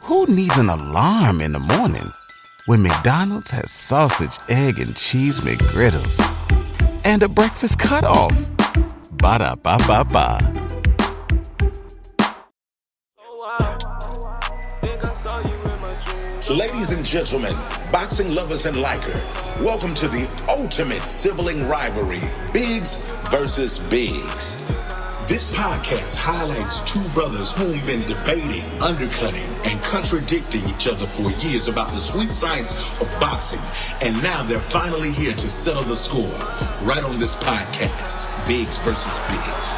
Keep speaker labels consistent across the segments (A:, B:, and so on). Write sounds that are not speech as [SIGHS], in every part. A: Who needs an alarm in the morning when McDonald's has sausage, egg, and cheese McGriddles and a breakfast cutoff? Ba da ba ba ba.
B: Ladies and gentlemen, boxing lovers and likers, welcome to the ultimate sibling rivalry Biggs versus Biggs. This podcast highlights two brothers who've been debating, undercutting, and contradicting each other for years about the sweet science of boxing. And now they're finally here to settle the score right on this podcast Biggs versus Biggs.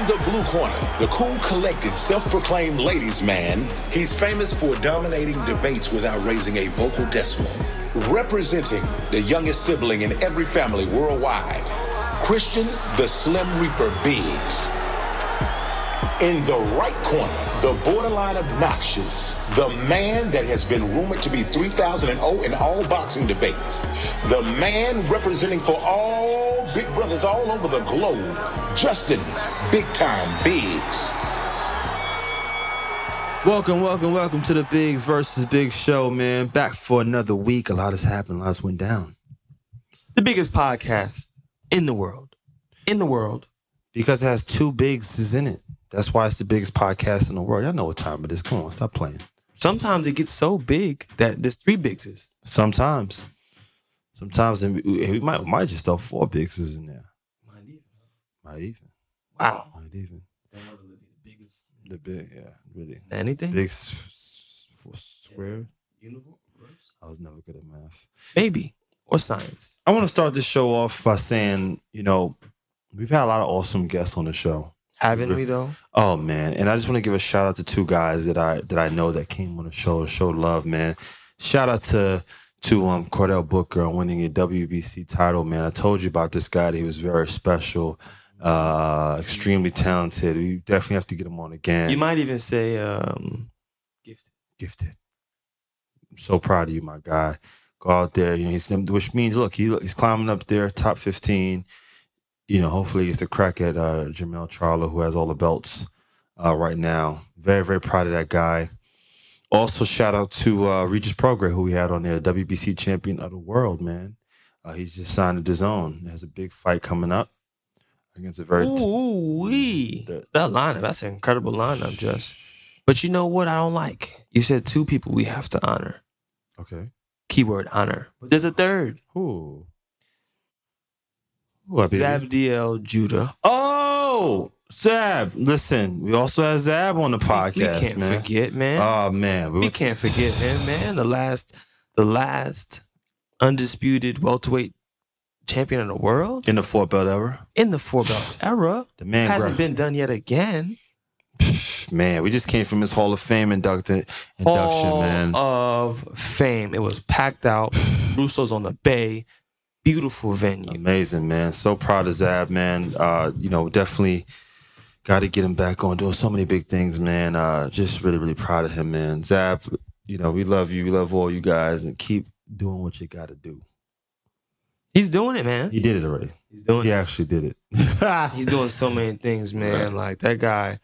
B: In the blue corner, the cool, collected, self proclaimed ladies' man, he's famous for dominating debates without raising a vocal decimal. Representing the youngest sibling in every family worldwide, Christian the Slim Reaper Biggs. In the right corner, the borderline obnoxious, the man that has been rumored to be 3000 in all boxing debates, the man representing for all big brothers all over the globe, Justin Big Time Biggs.
C: Welcome, welcome, welcome to the Bigs versus Big Show, man. Back for another week. A lot has happened. A lot's went down.
D: the biggest podcast
C: In the world.
D: in the world.
C: Because it has two bigs is in it. That's why it's the biggest podcast in the world. Y'all know what time it is. Come on, stop playing.
D: Sometimes it gets so big that there's three bigses.
C: Sometimes. Sometimes and we, we might we might just throw four bigs is in there. Might even.
D: Wow.
C: Might even. The big, yeah, really.
D: Anything?
C: Big s- s- four square.
D: Universe?
C: I was never good at math.
D: Maybe. Or science.
C: I want to start this show off by saying, you know, we've had a lot of awesome guests on the show.
D: Haven't we though?
C: Oh man, and I just want to give a shout out to two guys that I that I know that came on the show and showed love, man. Shout out to to um Cordell Booker on winning a WBC title, man. I told you about this guy; that he was very special, uh, extremely talented. We definitely have to get him on again.
D: You might even say um gifted.
C: gifted. I'm so proud of you, my guy. Go out there, you know, he's which means look, he he's climbing up there, top fifteen. You know, hopefully it's a crack at uh, Jamel Charlo, who has all the belts uh, right now. Very, very proud of that guy. Also, shout out to uh, Regis Progre, who we had on there, WBC champion of the world, man. Uh, he's just signed his own. Has a big fight coming up against a very
D: Ooh wee.
C: The-
D: That lineup, that's an incredible lineup, just. But you know what I don't like? You said two people we have to honor.
C: okay.
D: Keyword honor. But there's a third.
C: Who? Who? I think-
D: Zabdiel Judah.
C: Oh, Zab. Listen, we also had Zab on the podcast,
D: we can't
C: man.
D: forget, man.
C: Oh man,
D: we can't forget him, man. The last, the last undisputed welterweight champion of the world
C: in the Fort Belt era.
D: in the four belt era
C: The man
D: hasn't
C: grind.
D: been done yet again.
C: Man, we just came from his Hall of Fame inducted induction,
D: Hall
C: man.
D: of Fame. It was packed
C: [SIGHS]
D: out. Russo's on the bay. Beautiful venue.
C: Amazing, man. So proud of Zab, man. Uh, you know, definitely got to get him back on doing so many big things, man. Uh, just really, really proud of him, man. Zab, you know, we love you. We love all you guys, and keep doing what you got to do.
D: He's doing it, man.
C: He did it already.
D: He's doing
C: He
D: it.
C: actually did it.
D: He's doing so many things, man. Like that guy,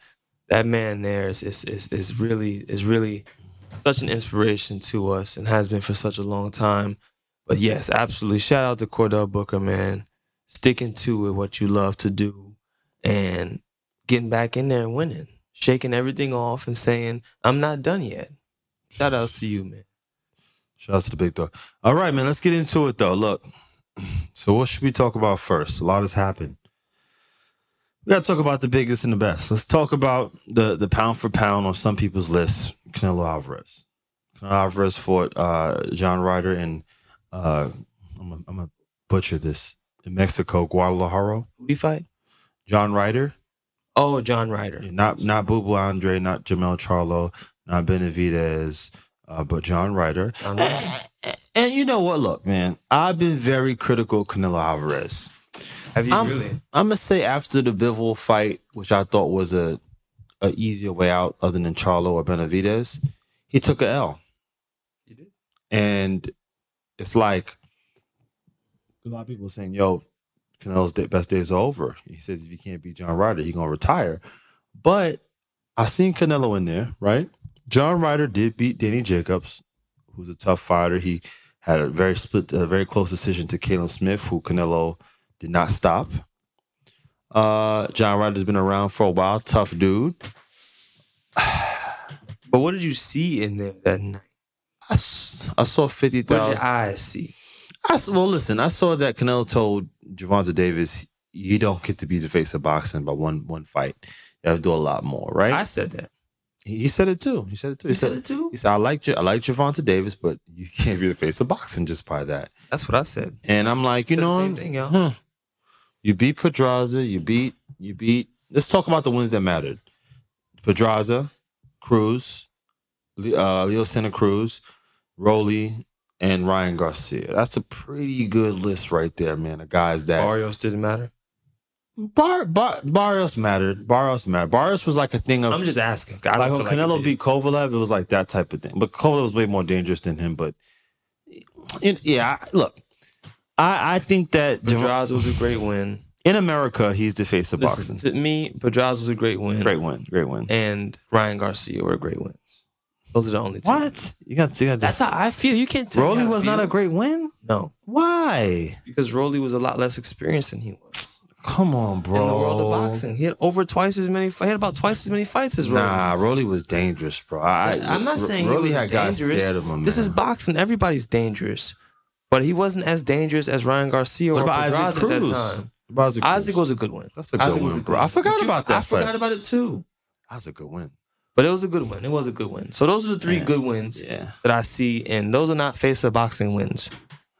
D: that man there is is is, is really is really such an inspiration to us and has been for such a long time. But yes, absolutely. Shout out to Cordell Booker, man. Sticking to it, what you love to do, and getting back in there and winning, shaking everything off and saying, "I'm not done yet." Shout outs to you, man.
C: Shout out to the big dog. All right, man. Let's get into it though. Look, [SIGHS] so what should we talk about first? A lot has happened. We gotta talk about the biggest and the best. Let's talk about the the pound for pound on some people's list. Canelo Alvarez. Canelo Alvarez fought uh, John Ryder in uh, I'm gonna I'm gonna butcher this in Mexico, Guadalajara.
D: Who do you fight?
C: John Ryder,
D: Oh, John Ryder.
C: yeah, not not Boo Boo Andre, not Jamel Charlo, not Benavidez, uh, but John Ryder.
D: John Ryder.
C: And, and- and you know what? Look, man, I've been very critical of Canelo Alvarez.
D: Have you
C: I'm,
D: really?
C: I'm gonna say after the Bivol fight, which I thought was a, a easier way out other than Charlo or Benavidez, he took a L,
D: You did.
C: and it's like a lot of people are saying, "Yo, Canelo's day, best days are over." He says if he can't beat John Ryder, he's gonna retire. But I seen Canelo in there, right? John Ryder did beat Danny Jacobs, who's a tough fighter. He had a very split, a very close decision to Kalen Smith, who Canelo did not stop. Uh, John Ryder's been around for a while, tough dude.
D: But what did you see in there that night?
C: I, s- I saw fifty
D: What did
C: thousand.
D: your eyes see?
C: I s- well, listen, I saw that Canelo told Javante Davis, "You don't get to be the face of boxing by one one fight. You have to do a lot more, right?"
D: I said that.
C: he said it too. He said it too. He, said,
D: too.
C: he said, "I like Ja- I like Javante Davis, but you can't be the face of boxing just by that."
D: That's what I said.
C: And I'm like, you
D: Said the
C: know,
D: same thing, y'all.
C: huh. you beat Pedraza, you beat you beat. Let's talk about the wins that mattered: Pedraza, Cruz, Le- uh, Leo Santa Cruz, Roly, and Ryan Garcia. That's a pretty good list right there, man. The guys that
D: Barrios didn't matter.
C: Bar, Bar, Barrios mattered. Barrios mattered. Barrios was like a thing of
D: I'm just asking. I
C: like
D: don't
C: when
D: feel
C: Canelo
D: like it did.
C: beat Kovalev, it was like that type of thing. But Kovalev was way more dangerous than him. But and, yeah, I, look, I, I think that
D: Pedraza was a great win.
C: in America he's the face of
D: Listen,
C: boxing.
D: to me, Pedraza was a great win.
C: Great win, great win.
D: And Ryan Garcia were great wins. Those are the only two.
C: What you got? You got
D: That's
C: just
D: how I feel. You can't tell. me
C: Rolly
D: how I
C: was not
D: feel.
C: a great win.
D: no
C: Why?
D: because Rolly was a lot less experienced than he was
C: Come on, bro.
D: in the world of boxing. He had over twice as many. He had about twice as many fights as Rolly.
C: Nah, Rolly was dangerous, bro. I,
D: I, am
C: Ro-
D: not saying
C: Rolly
D: he was
C: had
D: dangerous.
C: got scared of him.
D: This
C: man.
D: is boxing. Everybody's dangerous, but he wasn't as dangerous as Ryan Garcia
C: What
D: or
C: about
D: Pedraza
C: Isaac
D: at
C: Cruz?
D: that time.
C: About Isaac,
D: Isaac
C: Cruz.
D: was a good one.
C: That's a good
D: Isaac was
C: win,
D: a
C: bro. I forgot
D: But you-
C: about that
D: I forgot
C: fight.
D: about it too.
C: That's a good win.
D: But it was a good win. It was a good win. So those are the three
C: Yeah.
D: good wins
C: Yeah.
D: that I see, and those are not face of boxing wins.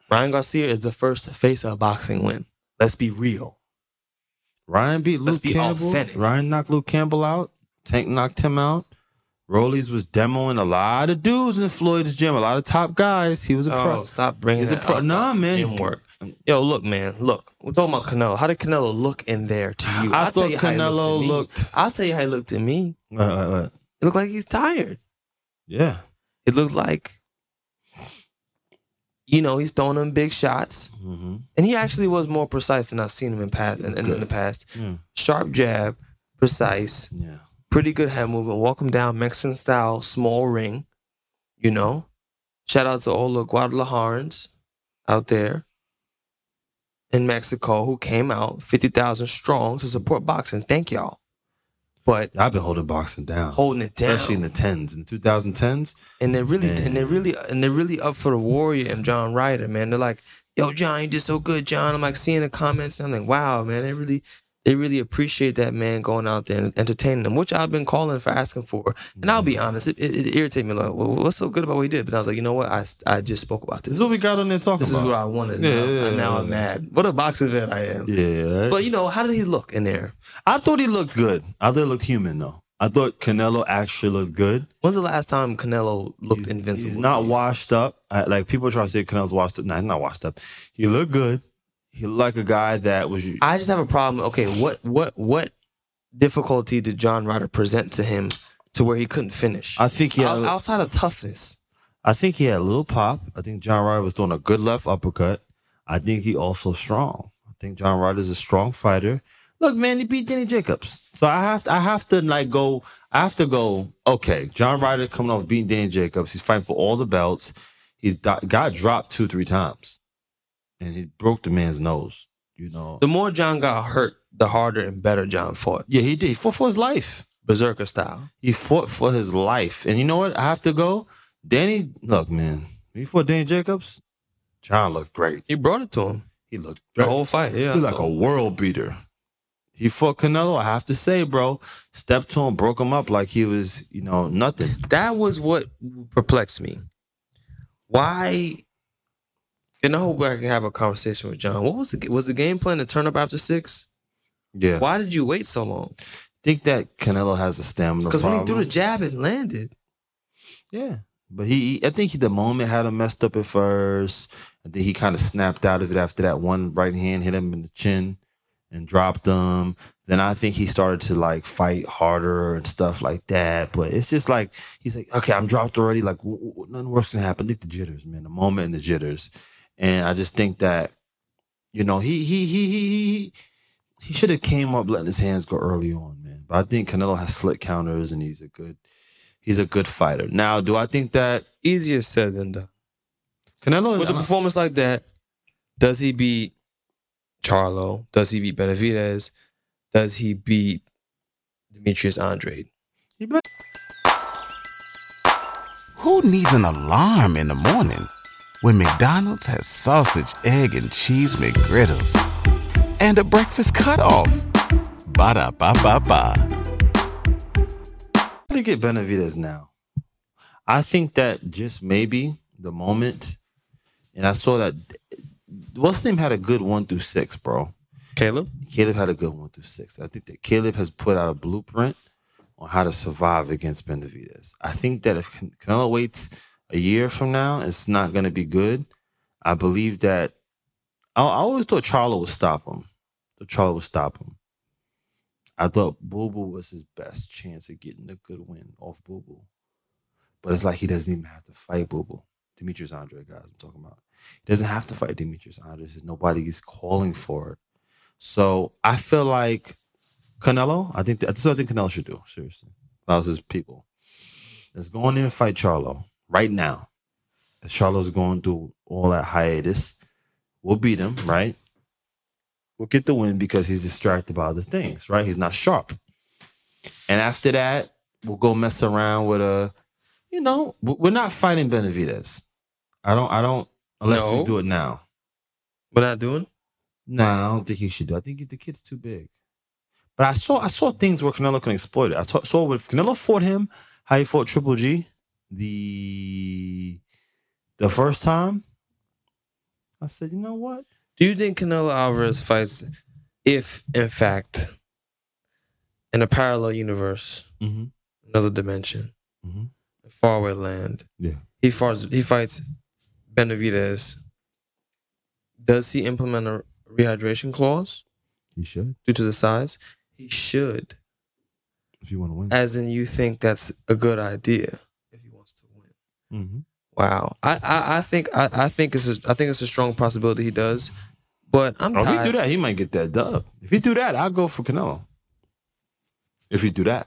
D: Ryan Garcia is the first face of boxing win. Let's be real.
C: Ryan beat
D: Let's
C: Luke
D: be
C: Campbell.
D: authentic.
C: Ryan knocked Luke Campbell out. Tank knocked him out. Rollies was demoing a lot of dudes in Floyd's gym, a lot of top guys. He was a pro.
D: Oh, stop bringing
C: He's a
D: that
C: pro-
D: up.
C: Nah, man.
D: Gym work. Yo, look, man. Look, we're talking about Canelo. How did Canelo look in there to you?
C: I
D: I'll tell
C: thought
D: you how he
C: Canelo
D: to me.
C: looked.
D: I'll tell you how he looked to me.
C: Wait, wait, wait.
D: It looked like he's tired.
C: Uh, Yeah.
D: It looked like, you know, he's throwing them big shots,
C: Mm-hmm.
D: and he actually was more precise than I've seen him in past in, in, in the past.
C: Yeah.
D: Sharp jab, precise,
C: Yeah.
D: pretty good hand movement. Walk him down Mexican style, small ring. You know, shout out to all the Guadalajarans out there in Mexico who came out fifty thousand strong to support boxing. Thank y'all, but
C: I've been holding boxing down.
D: holding it down.
C: Especially in the tens. In the 2010s.
D: And they're really
C: Man.
D: and they're really and they're really up for the warrior and John Ryder, man. They're like, yo, John, you did so good, John. I'm like seeing the comments and I'm like, wow, man, they really they really appreciate that man going out there and entertaining them, which I've been calling for asking for. And I'll be
C: Mm-hmm.
D: honest, it, it, it irritated me like, well, what's so good about what he did? But I was like, you know what? I, I just spoke about
C: This
D: this.
C: is what we got on there talking
D: This is
C: about.
D: what I wanted.
C: Yeah,
D: now,
C: yeah,
D: and now
C: yeah,
D: I'm
C: yeah.
D: mad. What a boxing fan I am.
C: yeah.
D: But you know, how did he look in there?
C: I thought he looked good. I thought he looked human, though. I thought Canelo actually looked good.
D: When's the last time Canelo looked
C: he's,
D: invincible?
C: He's not washed up. I, like people try to say Canelo's washed up. No, he's not washed up. He looked good. He looked like a guy that was.
D: I just have a problem. Okay, what what what difficulty did John Ryder present to him to where he couldn't finish?
C: I think he had.
D: Out- outside of toughness.
C: I think he had a little pop. I think John Ryder was doing a good left uppercut. I think he also strong. I think John Ryder's a strong fighter. Look, man, he beat Danny Jacobs. So I have to, I have to like go. I have to go. Okay, John Ryder coming off beating Danny Jacobs. He's fighting for all the belts. He's do- got dropped two, three times, and he broke the man's nose. You know,
D: The more John got hurt, the harder and better John fought,
C: Yeah, he did. He fought for his life.
D: berserker style.
C: He fought for his life. And you know what? I have to go. Danny, look, man. Before Danny Jacobs, John looked great.
D: He brought it to him
C: He looked
D: the
C: great.
D: whole fight. Yeah,
C: He's like
D: so-
C: a world beater. He fought Canelo, I have to say, bro. Stepped to him, broke him up like he was, you know, nothing.
D: that was what perplexed me. Why? And I hope I can have a conversation with John. What was the was the game plan to turn up after six?
C: Yeah.
D: Why did you wait so long?
C: think that Canelo has a stamina
D: Because when he threw the
C: problem.
D: jab, it landed.
C: Yeah. But he, he- I think he, the moment had him messed up at first. I think he kind of snapped out of it after that one right hand hit him in the chin and dropped him. Then I think he started to like fight harder and stuff like that. But it's just like, he's like, okay, I'm dropped already. Like, w- w- nothing worse can happen. Like the jitters, man, the moment and the jitters. And I just think that, you know, he, he, he, he, he, he should have came up letting his hands go early on, man. But I think Canelo has slick counters and he's a good He's a good fighter. Now, do I think that
E: Easier said than done.
C: Canelo is
E: With a performance like that, does he beat Charlo? Does he beat Benavidez? Does he beat Demetrius Andrade?
A: Who needs an alarm in the morning when McDonald's has sausage, egg, and cheese McGriddles and a breakfast cutoff? Ba da ba ba ba.
C: How do you get Benavides now? I think that just maybe the moment, and I saw that what's name had a good one through six, bro.
E: Caleb?
C: Caleb had a good one through six. I think that Caleb has put out a blueprint on how to survive against Benavides. I think that if Can- Canelo waits a year from now, it's not going to be good. I believe that I, I always thought Charlo would stop him. The Charlo would stop him. I thought Boo Boo was his best chance of getting a good win off Boo Boo. But it's like he doesn't even have to fight Boo Boo. Demetrius Andre, guys, I'm talking about. He doesn't have to fight Demetrius Andre because nobody is calling for it. So I feel like Canelo, I think that's what I think Canelo should do, seriously. If I was his people. Let's go in there and fight Charlo right now. As Charlo's going through all that hiatus. We'll beat him, right? We'll get the win because he's distracted by other things, right? He's not sharp. And after that, we'll go mess around with a, you know, we- we're not fighting Benavides. I don't, I don't, unless we
E: No.
C: do it now.
E: We're not doing?
C: Nah, I don't think he should do. I think the kid's too big. But I saw I saw things where Canelo can exploit it. I saw, saw with Canelo fought him, how he fought Triple G, the the first time. I said, you know what?
E: Do you think Canelo Alvarez fights if, in fact, in a parallel universe,
C: Mm-hmm.
E: another dimension,
C: Mhm.
E: a faraway land,
C: Yeah.
E: he fights, he fights Benavidez? Does he implement a rehydration clause
C: You should
E: due to the size? He should.
C: if you want to win.
E: As in, you think that's a good idea if he wants to win.
C: Mm-hmm.
E: Wow, I I, I think I, I think it's a, I think it's a strong possibility he does, but I'm
C: if Oh, he
E: tired.
C: do that, he might get that dub. If he do that, I'll go for Canelo. If he do that.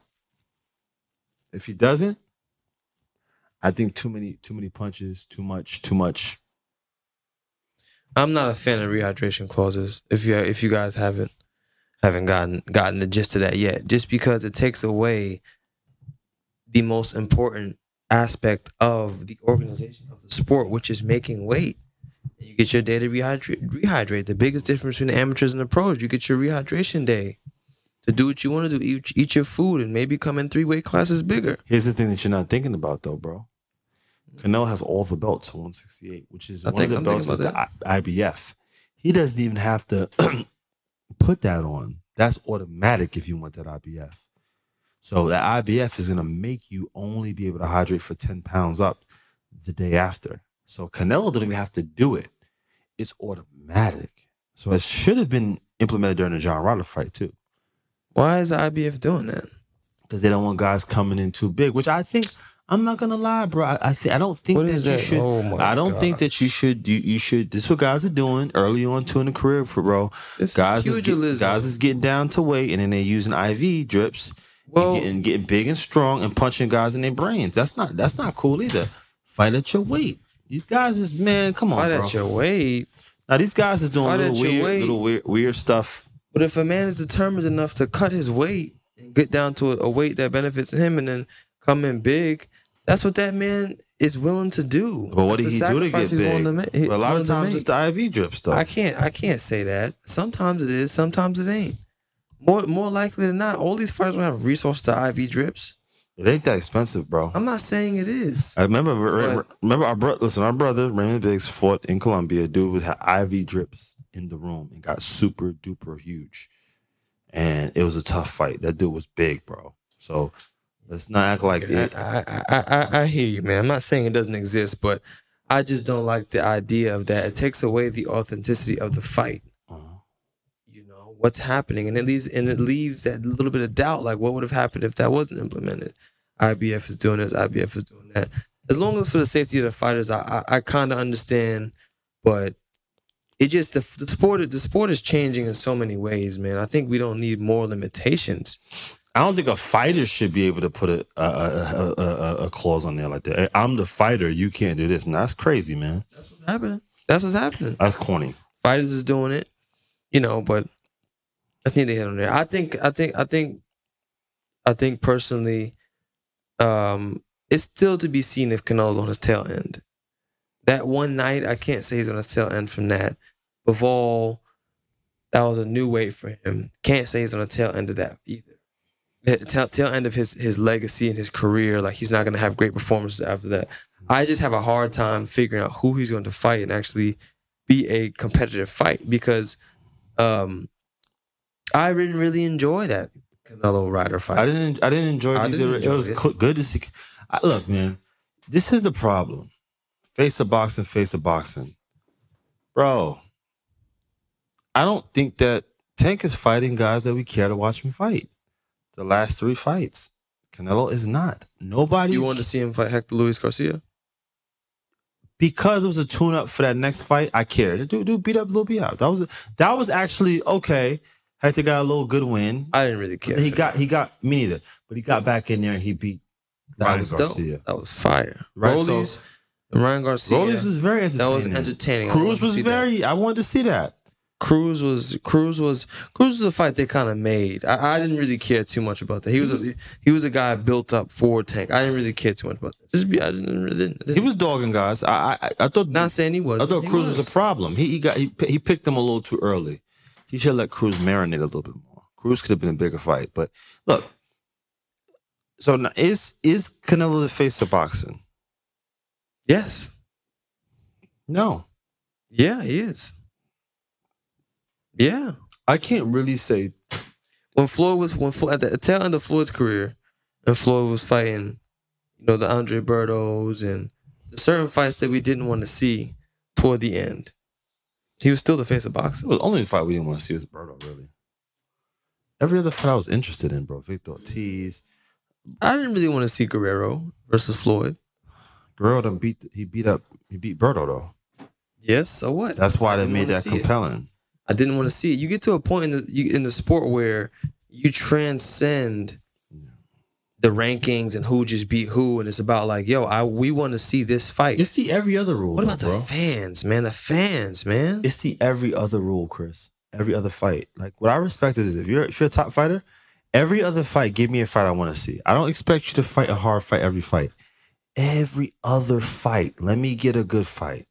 C: If he doesn't, I think too many too many punches, too much, too much
E: I'm not a fan of rehydration clauses. If you if you guys haven't haven't gotten gotten the gist of that yet, just because it takes away the most important aspect of the organization of the sport, which is making weight. And You get your day to rehydrate. Rehydrate. The biggest difference between the amateurs and the pros, you get your rehydration day to do what you want to do. Eat, eat your food and maybe come in three weight classes bigger.
C: Here's the thing that you're not thinking about though, bro. Canelo has all the belts, 168, which is
E: Mm. I
C: one of
E: think
C: the
E: I'm
C: belts
E: thinking
C: is the
E: about
C: I- IBF. He doesn't even have to [CLEARS THROAT] put that on. That's automatic if you want that IBF. So the IBF is gonna make you only be able to hydrate for 10 pounds up the day after. So Canelo didn't even have to do it. It's automatic. So it should have been implemented during the John Ryder fight too.
E: Why is the IBF doing that?
C: because they don't want guys coming in too big. Which I think I'm not gonna lie, bro. I I, th- I don't think
E: What
C: that you
E: is that?
C: should.
E: Oh my
C: I don't think
E: God.
C: that you should. You, you should. This is what guys are doing early on too in the career, bro.
E: This
C: Guys
E: is
C: is, get-
E: pugilism.
C: guys is getting down to weight, and then they using IV drips
E: Well-
C: and getting, getting big and strong and punching guys in their brains. That's not that's not cool either. Fight at your weight. These guys is man, come on,
E: Fight
C: bro.
E: at your weight.
C: now these guys is doing
E: Fight
C: little
E: at your
C: weird,
E: weight.
C: little weird, weird stuff.
E: But if a man is determined enough to cut his weight and get down to a, a weight that benefits him and then come in big, that's what that man is willing to do.
C: But what did
E: That's
C: he
E: the
C: do to
E: sacrifice
C: get
E: he's willing
C: big?
E: to ma- he-
C: a lot
E: willing
C: of
E: to
C: times it's
E: make.
C: the IV drip stuff.
E: I can't I can't say that. Sometimes it is, sometimes it ain't. More more likely than not, all these fighters will have resources to IV drips.
C: It ain't that expensive, bro.
E: I'm not saying it is.
C: I remember, re-
E: But-
C: remember our brother. Listen, our brother Raymond Biggs fought in Colombia. Dude with had IV drips in the room and got super duper huge, and it was a tough fight. That dude was big, bro. So let's not act like it.
E: I, I, I, I- I hear you, man. I'm not saying it doesn't exist, but I just don't like the idea of that. It takes away the authenticity of the fight.
F: Uh-huh.
C: Uh,
E: you know what's happening and it leaves and it leaves that little bit of doubt like what would have happened if that wasn't implemented ibf is doing this ibf is doing that as long as for the safety of the fighters i i, I kind of understand but it just the, the sport the sport is changing in so many ways man i think we don't need more limitations
C: I don't think a fighter should be able to put a a, a, a, a- a clause on there like that. I'm the fighter. You can't do this. And that's crazy, man.
F: That's what's happening. That's what's happening.
C: That's corny.
F: Fighters is doing it, you know. But that's neither here nor there. I think. I think. I think. I think personally, um, it's still to be seen if Canelo's on his tail end. That one night, I can't say he's on his tail end from that. Bivol, that was a new weight for him. Can't say he's on the tail end of that either. The Tail, tail end of his his legacy and his career, like he's not going to have great performances after that. I just have a hard time figuring out who he's going to fight and actually be a competitive fight because um, I didn't really enjoy that Canelo Ryder fight.
C: I didn't. I didn't enjoy.
F: I
C: it
F: didn't
C: either.
F: enjoy
C: it was
F: it.
C: cl- good to see. I, look, man, this is the problem. Face of boxing, face of boxing, bro. I don't think that Tank is fighting guys that we care to watch him fight. The last three fights, Canelo is not. Nobody.
F: You wanted to see him fight Hector Luis Garcia?
C: because it was a tune up for that next fight, I cared. Dude, dude beat up Lil Biop. That was that was actually okay. Hector got a little good win.
F: I didn't really care.
C: he
F: for
C: got
F: that.
C: he got me neither, but he got back in there and he beat
F: that
C: Ryan
F: was
C: Garcia.
F: dope. That was fire.
C: Right, so-
F: Rollies, and Ryan Garcia.
C: Rollies was very
F: that
C: entertaining.
F: was entertaining. I wanted
C: Cruz
F: to
C: was
F: see that.
C: very. I wanted to see that.
F: Cruz was Cruz was Cruz was a fight they kind of made. I, I didn't really care too much about that. He was a,
C: Mm-hmm.
F: he was a guy built up for Tank. I didn't really care too much about that. Just be I didn't really. Didn't,
C: He was dogging guys. I I, I thought
F: not saying he was.
C: I thought Cruz was. a problem. He he got he, pi- he picked him a little too early. He should have let Cruz marinate a little bit more. Cruz could have been a bigger fight, but look. So now is is Canelo the face of boxing?
F: Yes.
C: No,
F: Yeah, he is. Yeah.
C: I can't really say.
F: when Floyd was when Floyd, at the tail end of Floyd's career, and Floyd was fighting, you know, the Andre Bertos and the certain fights that we didn't want to see toward the end. He was still the face of
C: It
F: boxing.
C: was only the fight we didn't want to see was Berto really. Every other fight I was interested in, bro. Victor Ortiz,
F: I didn't really want to see Guerrero versus Floyd.
C: Guerrero done beat he beat up he beat Berto though.
F: Yes, so what?
C: That's why
F: I
C: they
F: didn't
C: made
F: wanna
C: that
F: see it.
C: compelling.
F: I didn't want to see it. You get to a point in the you, in the sport where you transcend the rankings and who just beat who, and it's about like, yo, I we want to see this fight.
C: It's the every other rule.
F: what
C: though,
F: about the
C: bro.
F: fans, man? The fans, man.
C: It's the every other rule, Chris. Every other fight. Like what I respect is if you're if you're a top fighter, every other fight, give me a fight I want to see. I don't expect you to fight a hard fight every fight. Every other fight, let me get a good fight.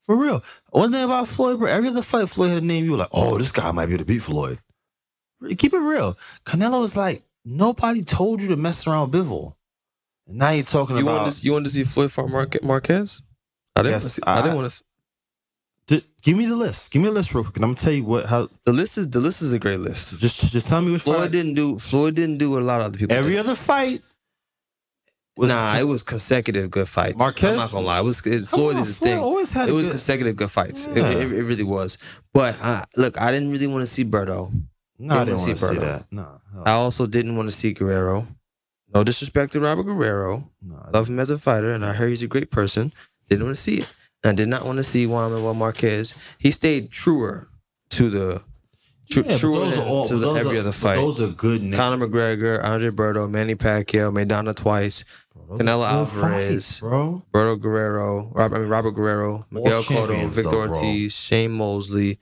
C: For real. One thing about Floyd, bro, every other fight Floyd had a name, you were like, oh, this guy might be able to beat Floyd. Keep it real. Canelo is like, nobody told you to mess around with Bivol. And now you're talking
F: You
C: about
F: wanted to, you wanted to see Floyd fight Marque- Marquez? I didn't.
C: Yes,
F: wanna see,
C: I-
F: I, didn't want to.
C: Ju- give me the list. Give me a list real quick. And I'm gonna tell you what how
F: The list is the list is a great list.
C: just just tell me which
F: Floyd
C: fight.
F: didn't do. Floyd didn't do what a lot of other people.
C: Every
F: did.
C: other fight was
F: nah, it was consecutive good fights.
C: Marquez-
F: I'm not gonna lie. It was it,
C: Come
F: Floyd
C: on,
F: did his
C: Floyd
F: thing.
C: Always had
F: It
C: a
F: was
C: good-
F: consecutive good fights. It-
C: Yeah.
F: It, it really was. But I, look, I didn't really want to see Berto.
C: Nah, I
F: didn't
C: didn't want to
F: wanna
C: see
F: see Berto.
C: that. Nah, hell
F: I also didn't want to see Guerrero. No disrespect to Robert Guerrero.
C: no, I
F: I love him as a fighter, and I heard he's a great person. Didn't want to see it. And I did not want to see Juan Manuel Marquez. He stayed truer to the tru-
C: didn't. Yeah, but
F: truer
C: those
F: than-
C: are all-
F: to the,
C: those
F: every
C: are-
F: other fight.
C: Those are good names.
F: Conor McGregor, Andre Berto, Manny Pacquiao, Madonna twice,
C: bro. Those are
F: Canelo
C: good fights,
F: Alvarez.
C: bro.
F: Berto Guerrero, Robert, I mean Robert Guerrero,
C: All
F: Miguel Cotto,
C: champions,
F: Victor
C: though, bro.
F: Ortiz, Shane Mosley,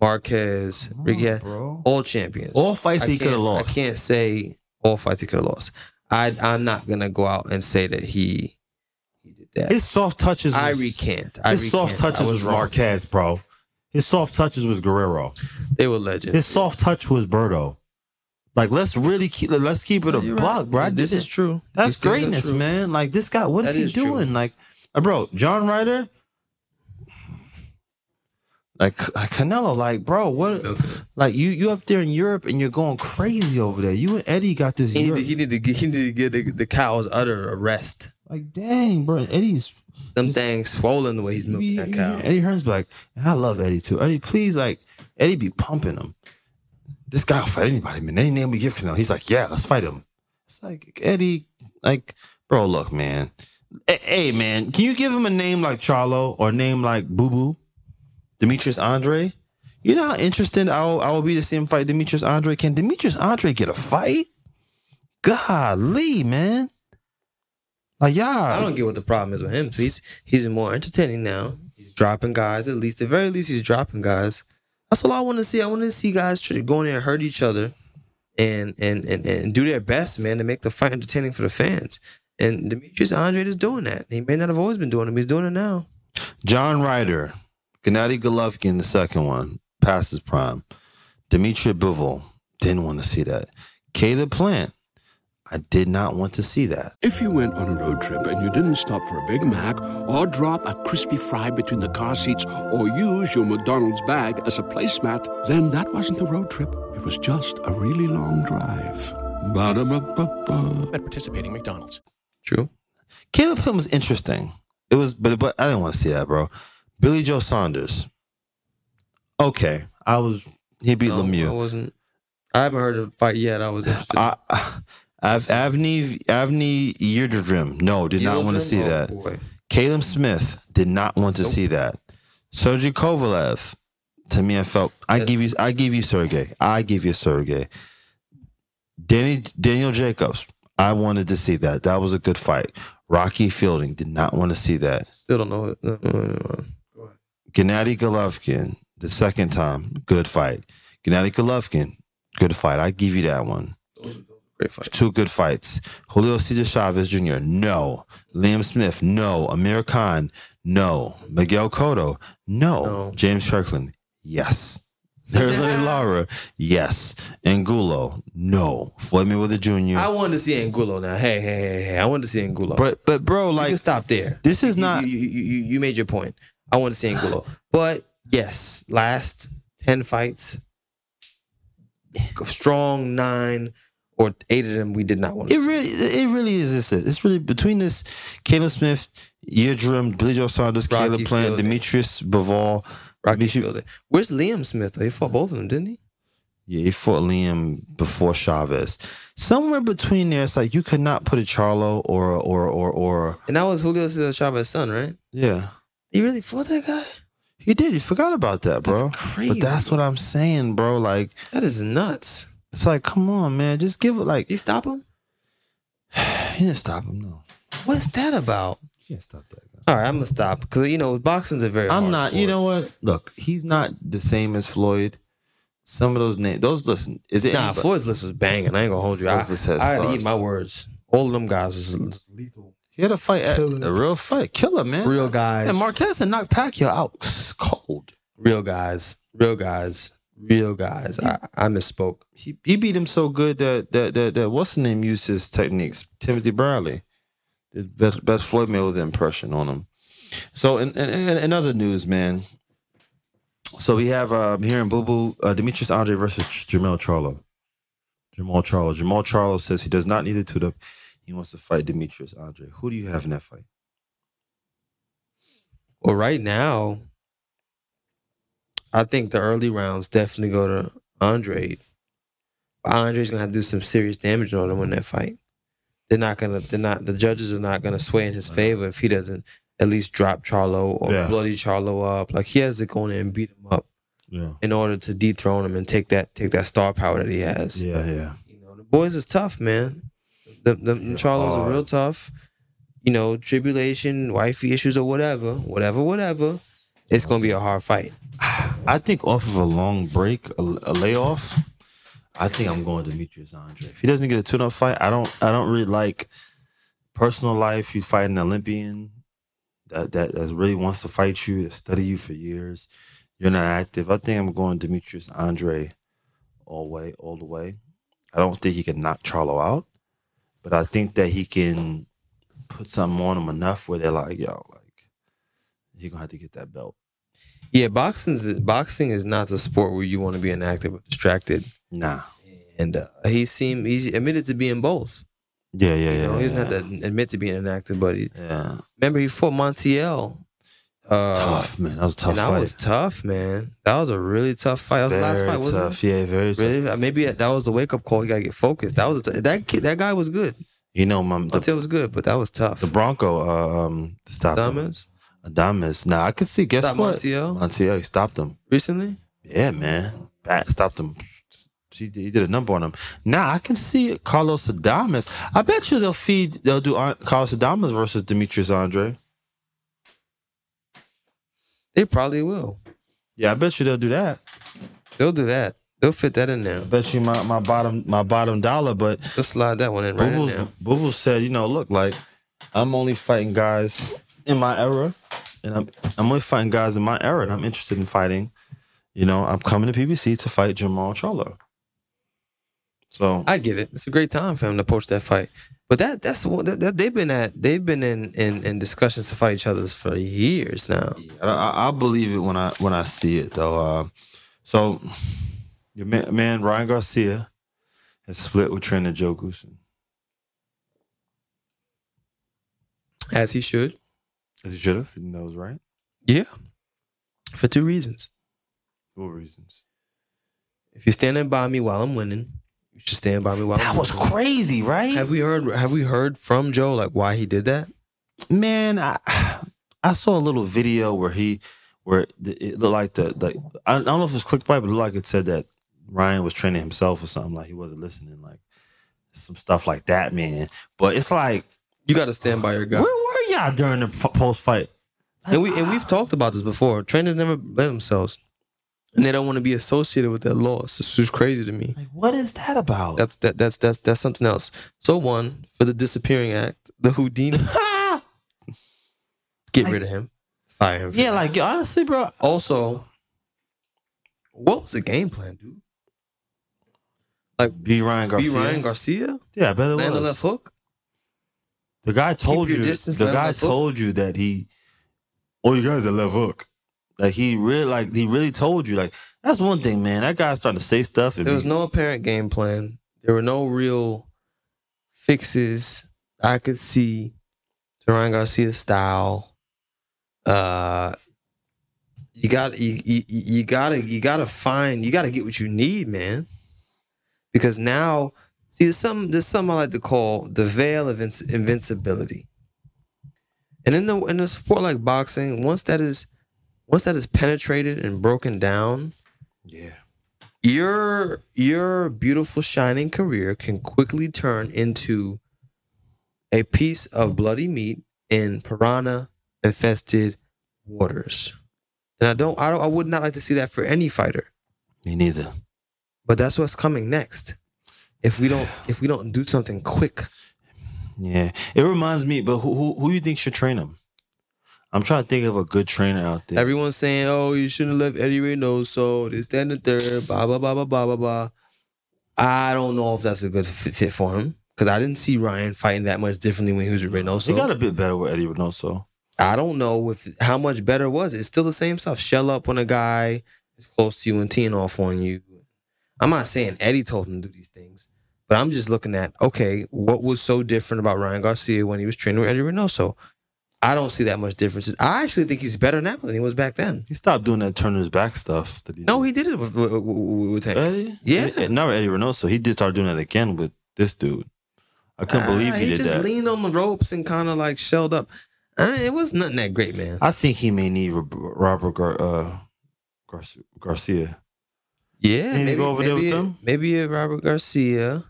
F: Marquez,
C: Come
F: Ricky.
C: on,
F: Yeah,
C: bro.
F: all champions.
C: All fights
F: I
C: he could have
F: can't-
C: lost.
F: I can't say all fights he could have lost. I I'm not gonna go out and say that he he did that.
C: His soft touches. Was,
F: I recant. I
C: his soft
F: recant. I
C: touches was,
F: wrong.
C: Marquez, bro. His soft touches was Guerrero.
F: They were legends.
C: His soft touch was Berto. Like let's really keep let's keep it a
F: You're
C: buck,
F: right.
C: bro. I
F: This
C: didn't-
F: is true.
C: That's
F: These things are
C: greatness,
F: true.
C: man. Like this guy, what is
F: That
C: he
F: is true.
C: doing? Like, uh, bro, John Ryder, like C- uh, Canelo, like, bro, what?
F: Okay.
C: Like you, you up there in Europe and you're going crazy over there. You and Eddie got this.
F: He need,
C: Europe-
F: to, he need to get, he need to get the, the cow's udder a rest.
C: like, dang, bro, Eddie's.
F: Them things swollen the way he's milking that cow.
C: Eddie Hearn's like, and I love Eddie too. Eddie, please, like, Eddie be pumping him. This guy will fight anybody, man. Any name we give Canelo, he's like, yeah, let's fight him. It's like Eddie, like, bro, look, man. A- Hey, man, can you give him a name like Charlo or a name like Boo Boo, Demetrius Andre? You know how interested I will, I will be to see him fight Demetrius Andre. Can Demetrius Andre get a fight? Golly, man.
F: I
C: Like y'all,
F: don't get what the problem is with him. He's he's more entertaining now. He's dropping guys. At least, at very least, he's dropping guys. That's all I want to see. I want to see guys try to go in there and hurt each other, and and and and do their best, man, to make the fight entertaining for the fans. And Demetrius Andre is doing that. He may not have always been doing it. But he's doing it now.
C: John Ryder, Gennady Golovkin, the second one, past his prime. Dimitri Bivol, didn't want to see that. Caleb Plant, I did not want to see that.
G: If you went on a road trip and you didn't stop for a Big Mac or drop a crispy fry between the car seats or use your McDonald's bag as a placemat, then that wasn't a road trip. It was just a really long drive. Ba-da-ba-ba-ba.
H: at participating McDonald's.
F: True.
C: Caleb Plant was interesting. It was, but but I didn't want to see that, bro. Billy Joe Saunders. Okay, I was. He beat
F: No, I
C: Lemieux.
F: wasn't. I haven't heard of the fight yet. I [SIGHS] was interested.
C: I, I, [LAUGHS] Av- Avni Avni Yildirim. No, did not want to see
F: Oh,
C: that.
F: boy.
C: Caleb Smith did not want to see that. Sergey Kovalev. To me, I felt I give you I give you Sergey. I give you Sergey. Danny Daniel Jacobs. I wanted to see that. That was a good fight. Rocky Fielding did not want to see that.
F: Still don't know. uh, No, no, no, no.
C: Gennady Golovkin, the second time, good fight. Gennady Golovkin, good fight. I give you that one.
F: Great fight.
C: Two good fights. Julio Cesar Chavez Jr., no. Liam Smith, no. Amir Khan, no. Miguel Cotto, no.
F: No.
C: James Kirkland, yes. Arizona Lara, yes. Angulo, no. Floyd Mayweather Jr.
F: I wanted to see Angulo now. Hey, hey, hey, hey. I wanted to see Angulo.
C: but but bro,
F: you
C: like
F: can stop there.
C: this is
F: You-
C: not
F: You, you, you, you made your point. I want to see Angulo, but yes, last ten fights, strong nine or eight of them we did not want. To
C: It
F: see.
C: really, it really is this. It's really between this Caleb Smith, Yeardrum, Billy Joe Saunders,
F: Rocky
C: Caleb Plant,
F: Fielding.
C: Demetrius Bivol.
F: Rocky
C: Michi-
F: Fielding. Where's Liam Smith? He fought both of them, didn't he?
C: Yeah, he fought Liam before Chavez. Somewhere between there, it's like you could not put a Charlo or or or or
F: And that was Julio Cesar Chavez's son, right?
C: yeah.
F: He really fought that guy?
C: He did. He forgot about that, bro.
F: That's crazy.
C: But that's what I'm saying, bro. Like
F: That is nuts.
C: it's like, come on, man, just give it. Like
F: Did he stop him?
C: he didn't stop him. No,
F: What is that about?
C: you can't stop that. guy.
F: All right, I'm gonna stop because you know boxing's a very.
C: I'm
F: hard
C: not. You
F: sport.
C: know what? Look, he's not the same as Floyd. Some of those names. Those listen. Is it
F: Nah,
C: anybody-
F: Floyd's list was banging. I ain't gonna hold you. I,
C: Floyd's list has
F: I had to
C: stars.
F: eat my words. All of them guys was lethal.
C: He had a fight, at,
F: Killers.
C: a real fight, killer man,
F: Real guys.
C: And Marquez had knocked Pacquiao out cold.
F: Real guys. Real guys. Real guys. I, I misspoke.
C: He, he beat him so good that that that, that what's the name used his techniques. Timothy Bradley, the best best Floyd Mayweather impression on him. So in in, in, in other news, man. So we have um, here in Boo Boo, uh, Demetrius Andre versus Jamal Charlo. Jamal Charlo. Jamal Charlo says he does not need a tune up. He wants to fight Demetrius Andre. Who do you have in that fight?
F: Well, right now, I think the early rounds definitely go to Andre. But Andre's gonna have to do some serious damage on him in that fight. They're not gonna. They're not. The judges are not gonna sway in his favor if he doesn't at least drop Charlo or
C: Yeah.
F: bloody Charlo up. Like he has to go in there and beat him up
C: Yeah.
F: in order to dethrone him and take that take that star power that he has.
C: Yeah, yeah.
F: You know, the boys is tough, man. The, the
C: Yeah,
F: Charlo's are
C: hard.
F: real tough. You know, tribulation, wifey issues, or whatever, whatever, whatever. It's gonna be a hard fight.
C: I think off of a long break, a, a layoff, I think I'm going Demetrius Andre. If he doesn't get a tune-up fight, I don't. I don't really like personal life. He's fighting an Olympian that that that really wants to fight you, to study you for years. You're not active. I think I'm going Demetrius Andre all way, all the way. I don't think he can knock Charlo out, but I think that he can put something on him enough where they're like, yo, like he gonna have to get that belt.
F: Yeah, boxing's boxing is not the sport where you want to be inactive or distracted.
C: Nah.
F: And uh, he seemed he's admitted to being both.
C: Yeah, yeah,
F: You
C: yeah.
F: know, he
C: yeah.
F: doesn't have to admit to being inactive, but he,
C: Yeah.
F: remember he fought Montiel. Uh,
C: tough, man. That was a tough
F: and that
C: fight.
F: was tough, man. That was a really tough fight. That was
C: very
F: the last fight, wasn't it?
C: tough. Yeah, very tough.
F: Really? Uh, Maybe that was the wake up call. You gotta get focused. That was that kid, that guy was good.
C: You know, my, the,
F: Montiel was good, but that was tough.
C: the Bronco uh, um, stopped him.
F: Diamonds
C: Adamas. Nah, I could see. Guess
F: Stopped
C: what?
F: Montiel?
C: Montiel. He stopped him.
F: recently.
C: Yeah, man. Bat stopped him. She did, he did a number on him. Now I can see it. Carlos Adamas. I bet you they'll feed. They'll do An- Carlos Adamas versus Demetrius Andre.
F: They probably will.
C: Yeah, I bet you they'll do that.
F: They'll do that. They'll fit that in there.
C: I bet you my, my bottom my bottom dollar. But
F: They'll slide that one in right in
C: Boo
F: there.
C: Boo said, you know, look, like I'm only fighting guys in my era, and I'm I'm only fighting guys in my era, and I'm interested in fighting. You know, I'm coming to PBC to fight Jamal Charlo. So
F: I get it. It's a great time for him to approach that fight. But that that's what that, that they've been at. They've been in, in in discussions to fight each other for years now.
C: I, I, I believe it when I when I see it though. Uh, so your man, man Ryan Garcia has split with Trent and Joe Goosen,
F: As he should.
C: as he should have. And that was right.
F: Yeah. For two reasons.
C: What reasons?
F: If you're standing by me while I'm winning, you should stand by me while
C: That
F: I'm
C: was
F: winning.
C: crazy, right?
F: Have we heard have we heard from Joe like why he did that?
C: man, I I saw a little video where he where th- it looked like the like I I don't know if it was clickbait, but it looked like it said that Ryan was training himself or something like he wasn't listening, like some stuff like that, man. But it's like,
F: You gotta stand by your guy.
C: where were y'all during the post fight?
F: And we and we've talked about this before. Trainers never blame themselves. And they don't want to be associated with that loss. It's just crazy to me.
C: Like, what is that about?
F: That's that, that's that's that's something else. So one for the disappearing act, the
C: [LAUGHS]
F: Houdini. Get rid of him. Fire him.
C: yeah, like honestly, bro.
F: also, what was the game plan, dude?
C: B Ryan
F: Be
C: Garcia.
F: Ryan Garcia
C: yeah, I bet it
F: land a left
C: was.
F: hook.
C: The guy told
F: your
C: you.
F: distance,
C: the
F: land a
C: guy
F: left hook.
C: told you that he. Oh, you guys are left hook. Like he really, like he really told you. Like that's one thing, man. That guy's starting to say stuff. and
F: There was
C: be-
F: no apparent game plan. There were no real fixes I could see to Ryan Garcia's style. Uh, you got you, you you gotta you gotta find you gotta get what you need, man. Because now, see, there's some there's something I like to call the veil of invinci- invincibility. And in the in a sport like boxing, once that is once that is penetrated and broken down,
C: Yeah,
F: your your beautiful shining career can quickly turn into a piece of bloody meat in piranha infested waters. And I don't I don't I would not like to see that for any fighter.
C: me neither.
F: But that's what's coming next. If we don't if we don't do something quick.
C: Yeah, it reminds me. But who who, who you think should train him? I'm trying to think of a good trainer out there.
F: Everyone's saying, "Oh, you shouldn't have left Eddie Reynoso." This, that, and the third. Blah blah blah blah blah blah blah. I don't know if that's a good fit fit for him because I didn't see Ryan fighting that much differently when he was with Reynoso.
C: he got a bit better with Eddie Reynoso.
F: I don't know if how much better was it. It's still the same stuff. Shell up when a guy is close to you and teeing off on you. I'm not saying Eddie told him to do these things, but I'm just looking at okay, what was so different about Ryan Garcia when he was training with Eddie Reynoso? I don't see that much differences. I actually think he's better now than he was back then.
C: He stopped doing that turning his back stuff. That he
F: No,
C: did.
F: he did it with, with, with, with Tank.
C: Eddie.
F: Yeah.
C: Eh, not with Eddie Reynoso. He did start doing that again with this dude. I couldn't believe
F: Ah,
C: he, did
F: just
C: that.
F: leaned on the ropes and kind of like shelled up. And it was nothing that great, man.
C: I think he may need Rob- Robert Gar- uh, Gar- Garcia.
F: Yeah,
C: You need to
F: maybe,
C: go over there
F: maybe,
C: with them?
F: maybe a Robert Garcia.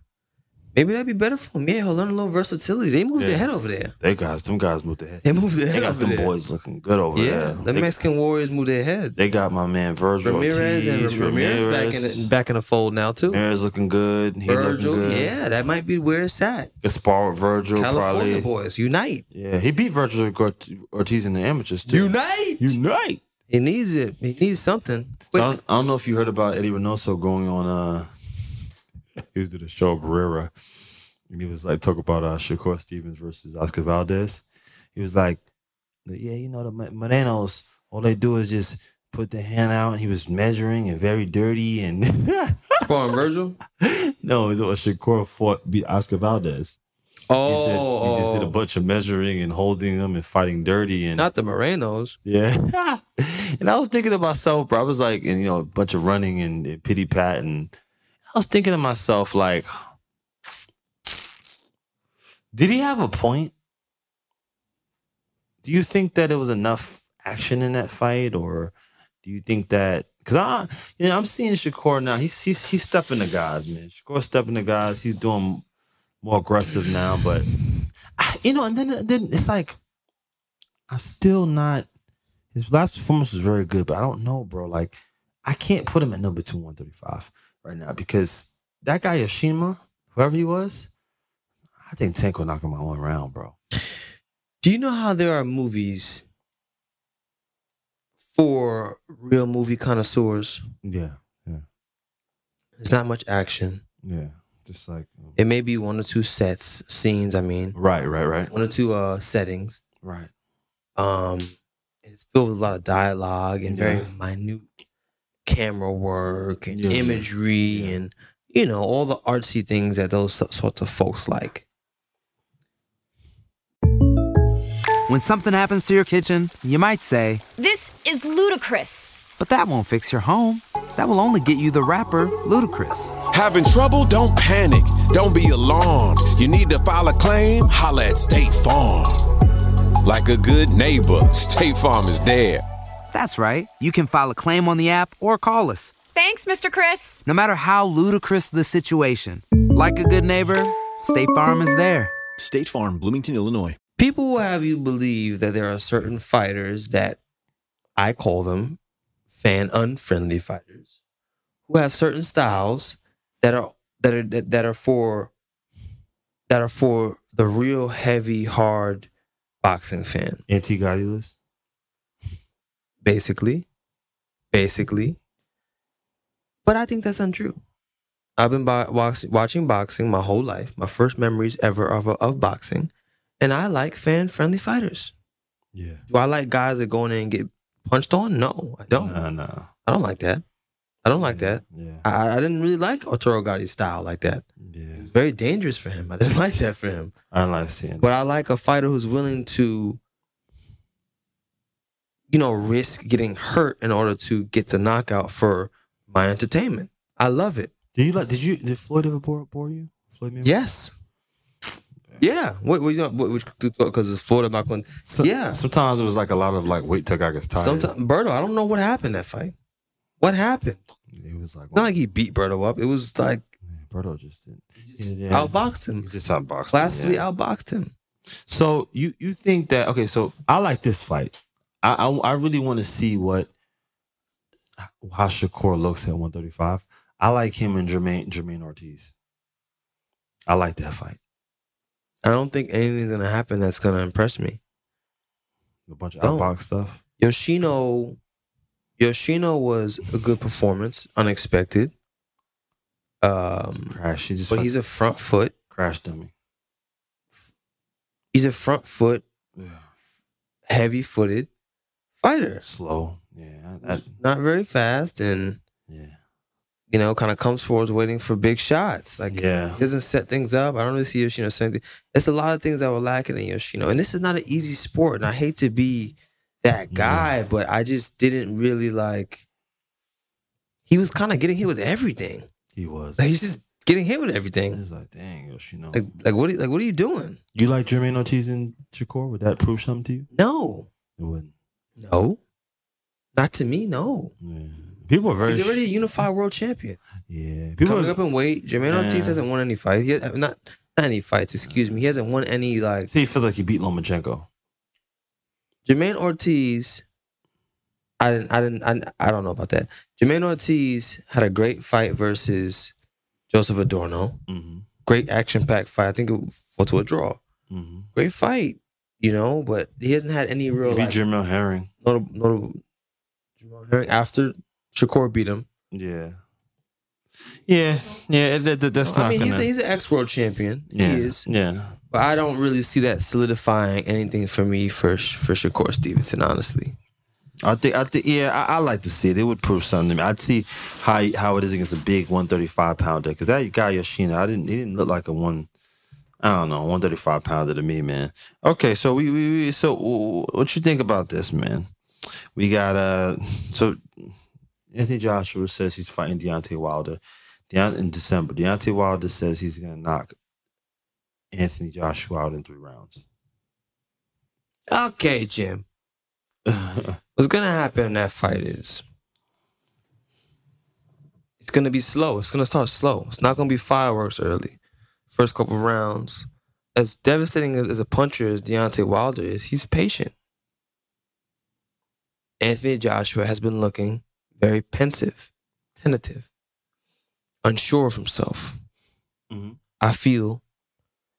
F: Maybe that'd be better for him. Yeah, he'll learn a little versatility. They moved
C: Yeah.
F: their head over there.
C: They guys, them guys moved ahead.
F: They moved their
C: They
F: head
C: got
F: over
C: them
F: there.
C: boys looking good over
F: yeah,
C: there.
F: the
C: They,
F: Mexican Warriors moved their head.
C: they got my man Virgil
F: Ramirez and
C: Ortiz,
F: Ramirez, back in the, back in the fold now too.
C: Ramirez looking good. He
F: Virgil,
C: looking good.
F: yeah, that might be where it's at.
C: Could spar with Virgil
F: California
C: probably.
F: boys, unite,
C: Yeah, he beat Virgil Gort- Ortiz in the amateurs too.
F: unite.
C: Unite.
F: He needs it. He needs something.
C: So
F: Quick.
C: I, don't, I don't know if you heard about Eddie Reynoso going on. uh He was doing a show Barrera, and he was like talk about uh Shakur Stevens versus Oscar Valdez. He was like, "Yeah, you know the Mo- Morenos, all they do is just put their hand out." And he was measuring and very dirty. And [LAUGHS]
F: Sparring Virgil.
C: no, it's what Shakur fought beat Oscar Valdez. He said he just did a
F: oh.
C: bunch of measuring and holding them and fighting dirty and
F: Not the Morenos.
C: Yeah. [LAUGHS] and I was thinking to myself, bro, I was like, and you know, a bunch of running and, and pity pat. And I was thinking to myself, like, did he have a point? Do you think that it was enough action in that fight? Or do you think that Cause I, you know, I'm seeing Shakur now. He's he's he's stepping the guys, man. Shakur's stepping the guys. He's doing more aggressive now, but I- you know, and then then it's like I'm still not. His last performance was very good, but I don't know, bro. Like I can't put him at number two, one thirty five right now because that guy Yoshima, whoever he was, I think Tank will knock him out one round, bro.
F: Do you know how there are movies for real movie connoisseurs?
C: Yeah,
F: There's not much action.
C: yeah, just like
F: It may be one or two sets, scenes, I mean,
C: right, right, right,
F: one or two uh settings.
C: right.
F: Um it's filled with a lot of dialogue and very
C: Yeah.
F: minute camera work and
C: Yeah, yeah.
F: imagery
C: Yeah.
F: and you know, all the artsy things that those so- sorts of folks like.
I: When something happens to your kitchen, you might say,
J: This is ludicrous.
I: but that won't fix your home. That will only get you the rapper, Ludacris.
B: Having trouble? Don't panic. Don't be alarmed. You need to file a claim? Holla at State Farm. Like a good neighbor, State Farm is there.
I: That's right. You can file a claim on the app or call us,
J: Thanks, Mr. Chris.
I: no matter how ludicrous the situation. Like a good neighbor, State Farm is there.
E: State Farm, Bloomington, Illinois.
F: People will have you believe that there are certain fighters that I call them fan unfriendly fighters who have certain styles that are that are that, that are for that are for the real heavy hard boxing fan
C: Anti Godulus.
F: basically basically but I think that's untrue I've been bo- box- watching boxing my whole life my first memories ever of of boxing and I like fan friendly fighters
C: Yeah.
F: do I like guys that go in and get punched on no I don't
C: Uh, Nah, nah.
F: I don't like that I don't like that
C: Yeah.
F: I, I didn't really like Arturo Gotti's style like that. It
C: Yeah.
F: was very dangerous for him. I didn't [LAUGHS] like that for him.
C: I like seeing
F: But I like a fighter who's willing to, you know, risk getting hurt in order to get the knockout for my entertainment. I love it.
C: Did you like? Did you? Did Floyd ever bore, bore you? Floyd Mayweather?
F: Yes. Yeah. What? What? Because it's Florida. I'm not going.
C: So-
F: Yeah.
C: Sometimes it was like a lot of like wait till I gets tired.
F: Sometimes Berto. I don't know what happened that fight. What happened?
C: it was like, oh,
F: Not like he beat Berto up. It was like
C: man, Berto just didn't. Yeah, yeah.
F: outboxed
C: He
F: him.
C: just outboxed. him,
F: Classically
C: yeah.
F: outboxed him.
C: So you you think that okay? So I like this fight. I I, I really want to see what how Shakur looks at 135. I like him and Jermaine Jermaine Ortiz. I like that fight.
F: I don't think anything's gonna happen that's gonna impress me.
C: A bunch of
F: Don't.
C: outbox stuff.
F: Yoshino Yoshino was a good performance, unexpected. Um,
C: Crash. He just
F: but he's a front foot.
C: crash dummy.
F: He's a front foot,
C: Yeah.
F: heavy footed fighter.
C: Slow. Yeah. I- I-
F: Not very fast, and
C: yeah.
F: you know, kind of comes forwards waiting for big shots. Like
C: Yeah.
F: he doesn't set things up. I don't really see Yoshino setting. Things. It's a lot of things that were lacking in Yoshino, and this is not an easy sport. And I hate to be that guy, but I just didn't really like. He was kind of getting hit with everything.
C: He was.
F: Like he's just getting hit with everything.
C: It's like, dang, Yoshino.
F: Like, like what? Are, like, what are you doing?
C: you like Jermaine Ortiz and Shakur? Would that prove something to you?
F: No,
C: It wouldn't.
F: no, not to me. No,
C: Yeah. People are very.
F: he's already a unified world champion.
C: yeah. People
F: Coming
C: are,
F: up in weight, Jermaine Ortiz
C: Yeah.
F: hasn't won any fights. He has, not not any fights. Excuse me. He hasn't won any like
C: see, he feels like he beat Lomachenko.
F: Jermaine Ortiz. I didn't. I didn't. I, I don't know about that. Jermaine Ortiz had a great fight versus Joseph Adorno.
C: Mm-hmm.
F: Great action-packed fight. I think it was to a draw.
C: Mm-hmm.
F: Great fight, you know. But he hasn't had any real.
C: He beat
F: like,
C: Jermaine Herring.
F: notable, notable Jamal Herring after Shakur beat him.
C: Yeah. Yeah. Yeah. That, that- that's not
F: I mean,
C: gonna.
F: he's, a, he's an ex world champion.
C: yeah.
F: He is,
C: Yeah.
F: but I don't really see that solidifying anything for me for Sh- for Shakur Stevenson. Honestly,
C: I think. I think. Yeah. I, I like to see it. It would prove something to me. I'd see how how it is against a big 135 pounder because that guy Yoshino, I didn't. He didn't look like a one. I don't know, 135 pounder to me, man. Okay, so we, we, we so wh- wh- what you think about this, man? We got uh, so Anthony Joshua says he's fighting Deontay Wilder Deont- in December. Deontay Wilder says he's gonna knock Anthony Joshua out in three rounds.
D: [LAUGHS]
F: okay, Jim. What's gonna happen in that fight is
D: it's gonna be slow. It's gonna start slow. It's not gonna be fireworks early. First couple rounds. As devastating as, as a puncher as Deontay Wilder is, he's patient. Anthony Joshua has been looking very pensive, tentative, unsure of himself.
C: Mhm.
D: I feel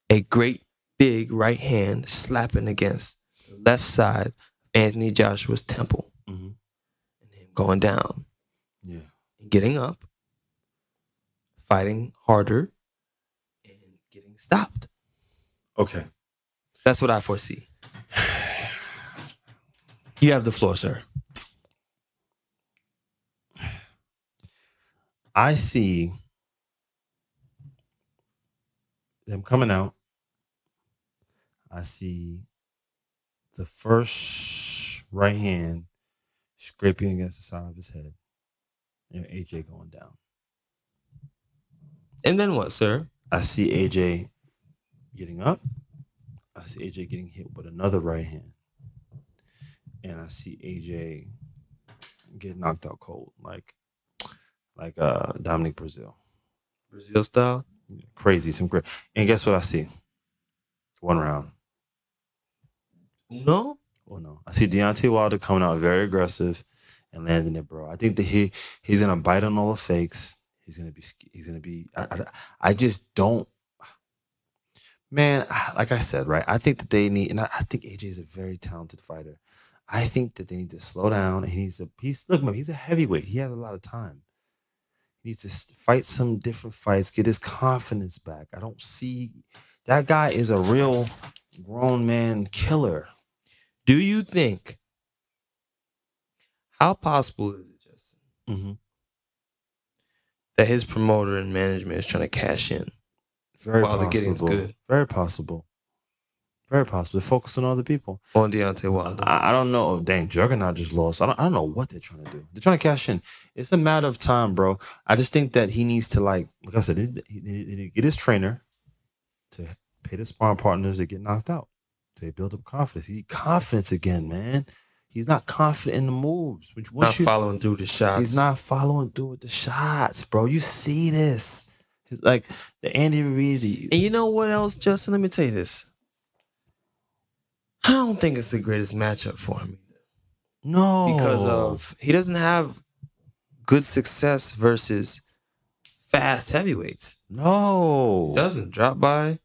D: a great big right hand slapping against the left side of Anthony Joshua's temple
C: Mhm.
D: and him going down
C: Yeah.
D: and getting up, fighting harder, and getting stopped.
C: Okay.
D: That's what I foresee. [SIGHS] You have the floor, sir.
C: I see them coming out. I see the first right hand scraping against the side of his head and AJ going down.
D: And then what, sir?
C: I see AJ getting up. I see AJ getting hit with another right hand. And I see AJ get knocked out cold like like uh Dominic Brazil.
D: Brazil style?
C: crazy, some great. And guess what I see? One round.
D: No.
C: Oh no, I see Deontay Wilder coming out very aggressive and landing it, bro. I think that he he's gonna bite on all the fakes. He's gonna be sk- he's gonna be. I, I, I just don't. Man, I- like I said, right? I think that they need, and I, I think AJ is a very talented fighter. I think that they need to slow down. And he's a he's look, man, he's a heavyweight. He has a lot of time. He needs to s- fight some different fights, get his confidence back. I don't see that guy is a real grown man killer.
D: Do you think? How possible is it, Justin,
C: Mm-hmm.
D: that his promoter and management is trying to cash in?
C: Very
D: While the getting's
C: possible.
D: good.
C: Very possible. Very possible. They focus on other people.
D: On Deontay Wilder.
C: I, I don't know. Dang, Juggernaut just lost. I don't, I don't know what they're trying to do. They're trying to cash in. It's a matter of time, bro. I just think that he needs to, like, like I said, he, he, he- he- get his trainer to pay the sparring partners that get knocked out. They build up confidence. He need confidence again, man. He's not confident in the moves. Which once
D: not
C: you,
D: following through the shots.
C: He's not following through with the shots, bro. You see this. It's like the Andy Reid. the-
D: And you know what else, Justin? Let me tell you this. I don't think it's the greatest matchup for him
C: No,
D: because
C: Oh.
D: of he doesn't have good success versus fast heavyweights.
C: no.
D: Doesn't drop by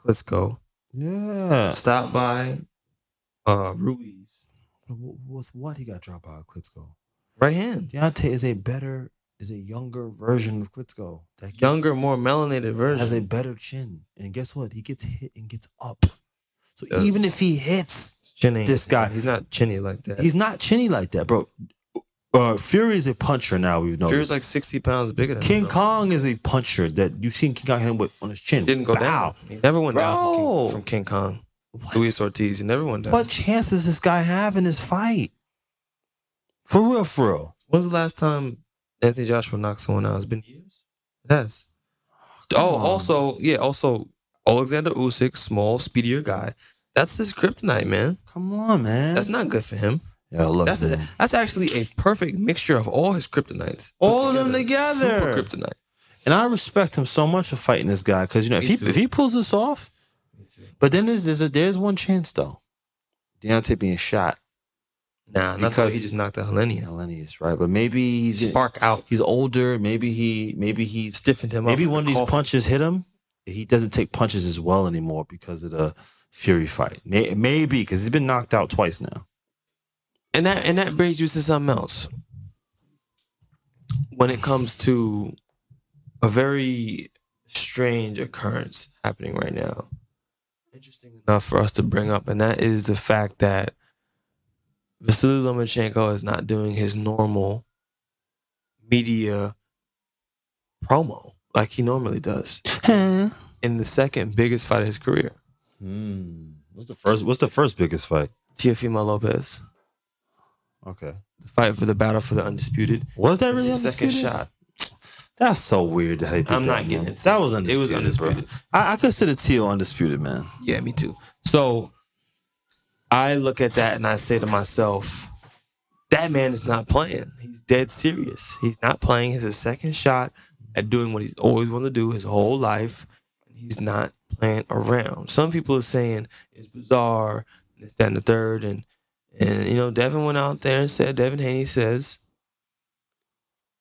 D: Klitschko,
C: yeah.
D: stop by uh Ruiz.
C: W- With what he got dropped by Klitschko?
D: Right hand.
C: Deontay is a better, is a younger version of Klitschko. That kid
D: Younger, more melanated version.
C: has a better chin, and guess what? He gets hit and gets up. So
D: Yes.
C: even if he hits,
D: Chinny.
C: this guy.
D: He's not chinny like that.
C: he's not chinny like that, bro. Uh, Fury is a puncher now. We've noticed.
D: Fury's like sixty pounds bigger than him,
C: King
D: though.
C: Kong is a puncher that you've seen King Kong hit him with on his chin.
D: Didn't go
C: Bow.
D: down. He never went
C: Bro.
D: down from King, from King Kong.
C: What,
D: Luis Ortiz. He never went down.
C: what chance does this guy have in this fight? For real, for real.
D: When's the last time Anthony Joshua knocked someone out? It's been years. It has. Oh,
C: on.
D: also, yeah, also Alexander Usyk, small, speedier guy. That's his kryptonite, man.
C: Come on, man.
D: That's not good for him.
C: yeah, look,
D: That's
C: man.
D: that's actually a perfect mixture of all his kryptonites. put
C: All of them together.
D: Super kryptonite.
C: and I respect him so much for fighting this guy because you know if
D: Me
C: he
D: too.
C: if he pulls this off, but then there's there's, a, there's one chance though, Deontay being shot,
D: Nah, not
C: Because-
D: because he just knocked out
C: yeah,
D: Hellenius.
C: Lennius, right? But maybe he's
D: Spark out.
C: he's older, maybe he maybe he's
D: Stiffened him up.
C: maybe
D: with
C: one of
D: the
C: these
D: coffee.
C: punches hit him. He doesn't take punches as well anymore because of the Fury fight. May- Maybe because he's been knocked out twice now.
D: And that and that brings you to something else. When it comes to a very strange occurrence happening right now, interesting enough for us to bring up, and that is the fact that Vasily Lomachenko is not doing his normal media promo like he normally does in the second biggest fight of his career,
C: Hmm. What's the first? What's the first biggest fight?
D: Teofimo Lopez,
C: Okay.
D: the fight for the battle for the undisputed.
C: Was that
D: It's
C: really
D: his second
C: undisputed?
D: shot.
C: That's so weird that they did
D: I'm
C: that.
D: not
C: man.
D: getting into
C: That
D: it.
C: was
D: It
C: undisputed.
D: was
C: It was undisputed.
D: undisputed.
C: I, I consider Teal undisputed, man.
D: Yeah, me too. So I look at that and I say to myself, that man is not playing. He's dead serious. He's not playing. It's his second shot at doing what he's always wanted to do his whole life. He's not playing around. Some people are saying it's bizarre, this, that, and the third. And, and you know, Devin went out there and said, Devin Haney says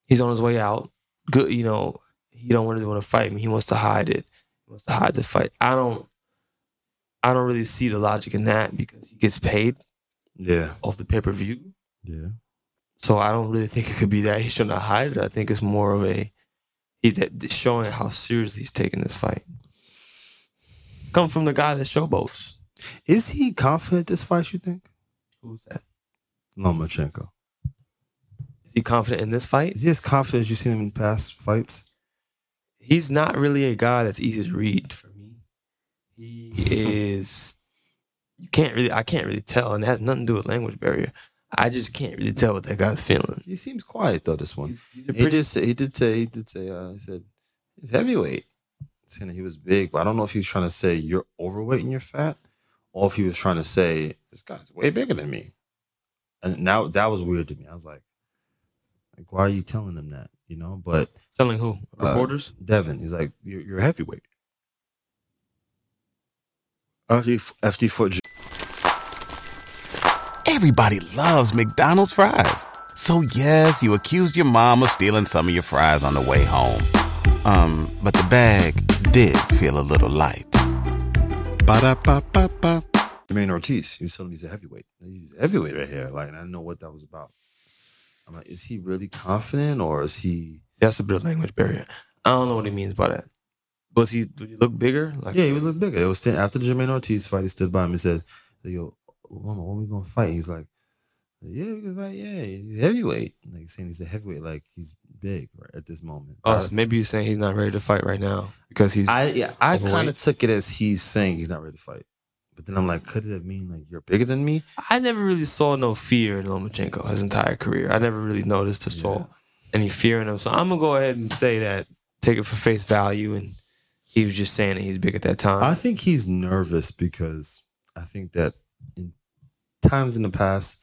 D: he's on his way out. Good, you know, he don't really want to fight me. He wants to hide it. He wants to hide the fight. I don't I don't really see the logic in that because he gets paid
C: Yeah.
D: off the pay-per-view.
C: Yeah.
D: So I don't really think it could be that he's trying to hide it. I think it's more of a he that showing how seriously he's taking this fight. Come from the guy that showboats.
C: Is he confident this fight, you think?
D: Who's that?
C: Lomachenko.
D: Is he confident in this fight?
C: Is he as confident as you've seen him in past fights?
D: He's not really a guy that's easy to read for me. He is. You can't really. I can't really tell, and it has nothing to do with language barrier. I just can't really tell what that guy's feeling.
C: He seems quiet though, this one.
D: He's, he's a
C: he
D: pretty.
C: did say he did say he did say uh, he said he's heavyweight. Saying that he was big, but I don't know if he was trying to say you're overweight and you're fat, or if he was trying to say this guy's way bigger than me. And now that was weird to me. I was like, like why are you telling him that? You know, but
D: Telling who?
C: Uh,
D: Reporters.
C: Devin, he's like, you're, you're heavyweight. After he, after he fought J-
A: Everybody loves McDonald's fries. So yes, you accused your mom of stealing some of your fries on the way home. Um, but the bag did feel a little light. Ba-da-ba-ba-ba.
C: Jermaine Ortiz, he was telling me he's a heavyweight. He's a heavyweight right here. Like, and I didn't know what that was about. I'm like, is he really confident or is he?
D: That's a bit of language barrier. I don't know what he means by that. Was he? Did he look bigger? Like
C: Yeah, he was a little bigger. It was stand, after the Jermaine Ortiz fight. He stood by him and said, "Yo, Loma, when we gonna fight?" He's like, "Yeah, we can fight. Yeah, he's heavyweight." Like saying he's a heavyweight, like he's big right at this moment.
D: Oh, so maybe you're saying he's not ready to fight right now because he's.
C: I yeah, I kind of
D: Overweight.
C: took it as he's saying he's not ready to fight. But then I'm like, could it mean like you're bigger than me?
D: I never really saw no fear in Lomachenko his entire career. I never really noticed or saw
C: Yeah.
D: any fear in him. So I'm gonna go ahead and say that, take it for face value, and he was just saying that he's big at that time.
C: I think he's nervous because I think that in times in the past,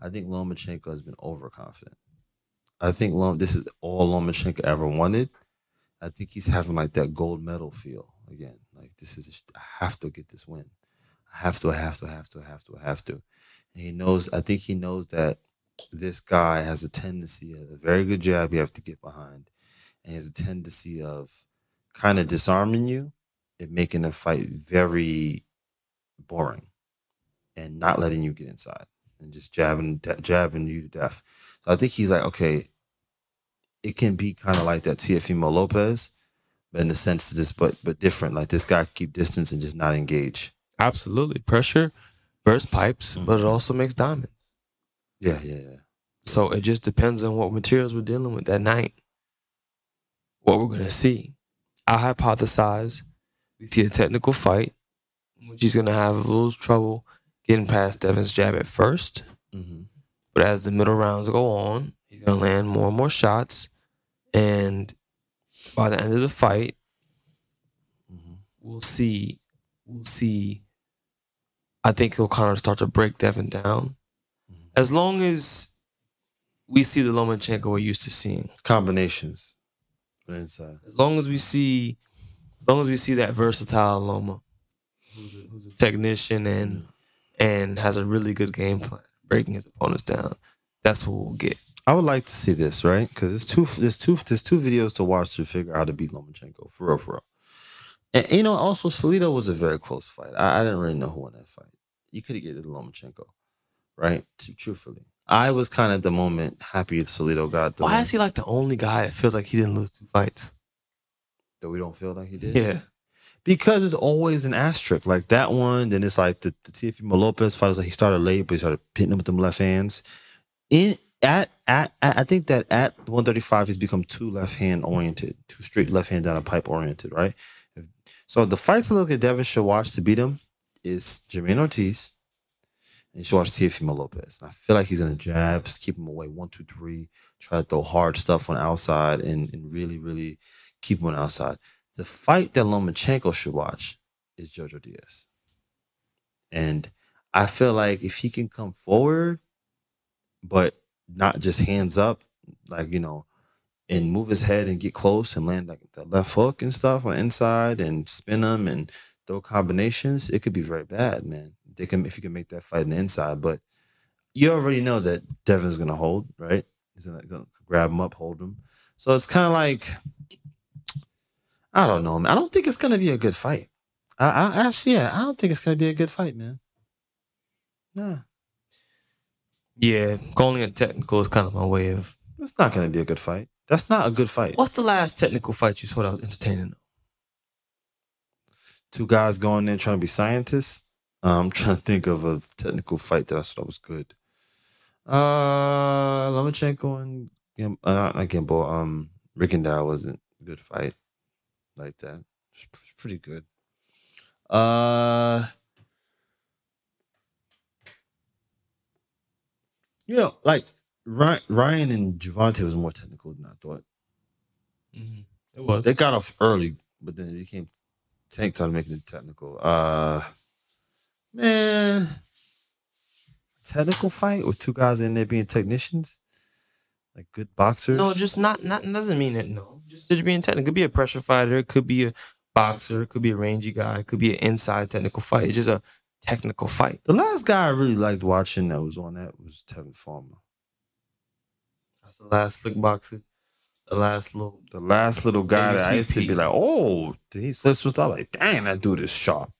C: I think Lomachenko has been overconfident. I think Lom, this is all Lomachenko ever wanted. I think he's having like that gold medal feel again. Like this is, I have to get this win. I have to, I have to, I have to, I have to, I have to. And he knows. I think he knows that this guy has a tendency of a very good jab. You have to get behind, and has a tendency of kind of disarming you and making the fight very boring and not letting you get inside and just jabbing de- jabbing you to death. So I think he's like, okay, it can be kind of like that Tiafimo Lopez, but in the sense of this, but but different. Like this guy keep distance and just not engage.
D: Absolutely, pressure burst pipes,
C: Mhm.
D: but it also makes diamonds.
C: Yeah, yeah, yeah.
D: So it just depends on what materials we're dealing with that night, what we're gonna see. I hypothesize we see a technical fight, which he's gonna have a little trouble getting past Devin's jab at first.
C: Mm-hmm.
D: But as the middle rounds go on, he's gonna land more and more shots. And by the end of the fight,
C: Mm-hmm.
D: we'll see we'll see I think he'll kind of start to break Devin down.
C: Mm-hmm.
D: As long as we see the Lomachenko we're used to seeing.
C: Combinations on the inside.
D: As long as we see as long as we see that versatile Loma who's a, who's a technician and and has a really good game plan, breaking his opponents down. That's what we'll get.
C: I would like to see this, right? Because there's two, there's two, there's two videos to watch to figure out how to beat Lomachenko for real, for real. And you know, also Salido was a very close fight. I, I didn't really know who won that fight. You could have given it to Lomachenko, right? T- Truthfully, I was kind of at the moment happy Salido got the
D: Why
C: win,
D: is he like the only guy that feels like he didn't lose two fights?
C: that we don't feel like he did.
D: Yeah.
C: because it's always an asterisk like that one. Then it's like the, the Teofimo Lopez fight is like he started late, but he started hitting him with them left hands. In at at, at I think that at 135 he's become too left hand oriented, too straight left hand down a pipe oriented, right? So the fights to look at Devin should watch to beat him is Jermaine Ortiz and you should watch Teofimo Lopez. And I feel like he's gonna jab, just keep him away one, two, three, try to throw hard stuff on the outside and, and really, really keep him on the outside. The fight that Lomachenko should watch is Jojo Diaz. And I feel like if he can come forward, but not just hands up, like you know, and move his head and get close and land like the left hook and stuff on the inside and spin him and throw combinations, it could be very bad, man. They can if you can make that fight on the inside, but you already know that Devin's gonna hold, right? He's gonna, gonna grab him up, hold him. So it's kind of like I don't know, man. I don't think it's gonna be a good fight. I, I actually, yeah, I don't think it's gonna be a good fight, man. Nah,
D: Yeah, calling it technical is kind of my way of.
C: it's not gonna be a good fight. That's not a good fight.
D: What's the last technical fight you saw that was entertaining?
C: Two guys going there trying to be scientists. Uh, I'm trying to think of a technical fight that I thought was good. Uh, Lomachenko and Gim- uh, not, not Gimbal. Um, Rickendow wasn't a good fight like that. It's pr- it's pretty good. Uh, you know, like Ryan, Ryan and Javante was more technical than I thought.
D: Mm-hmm. It was.
C: They got off early, but then it became Tank started making it technical. Uh man. Technical fight with two guys in there being technicians? Like good boxers?
D: No, just not not doesn't mean that. No, just it being technical. It could be a pressure fighter. It could be a boxer. It could be a rangy guy. It could be an inside technical fight. It's just a technical fight.
C: the last guy I really liked watching that was on that was Tevin Farmer.
D: That's the last slick boxer. The last little.
C: The last little guy that I used to
D: MVP.
C: be like, oh, he's this was I'm like, dang, that dude is sharp.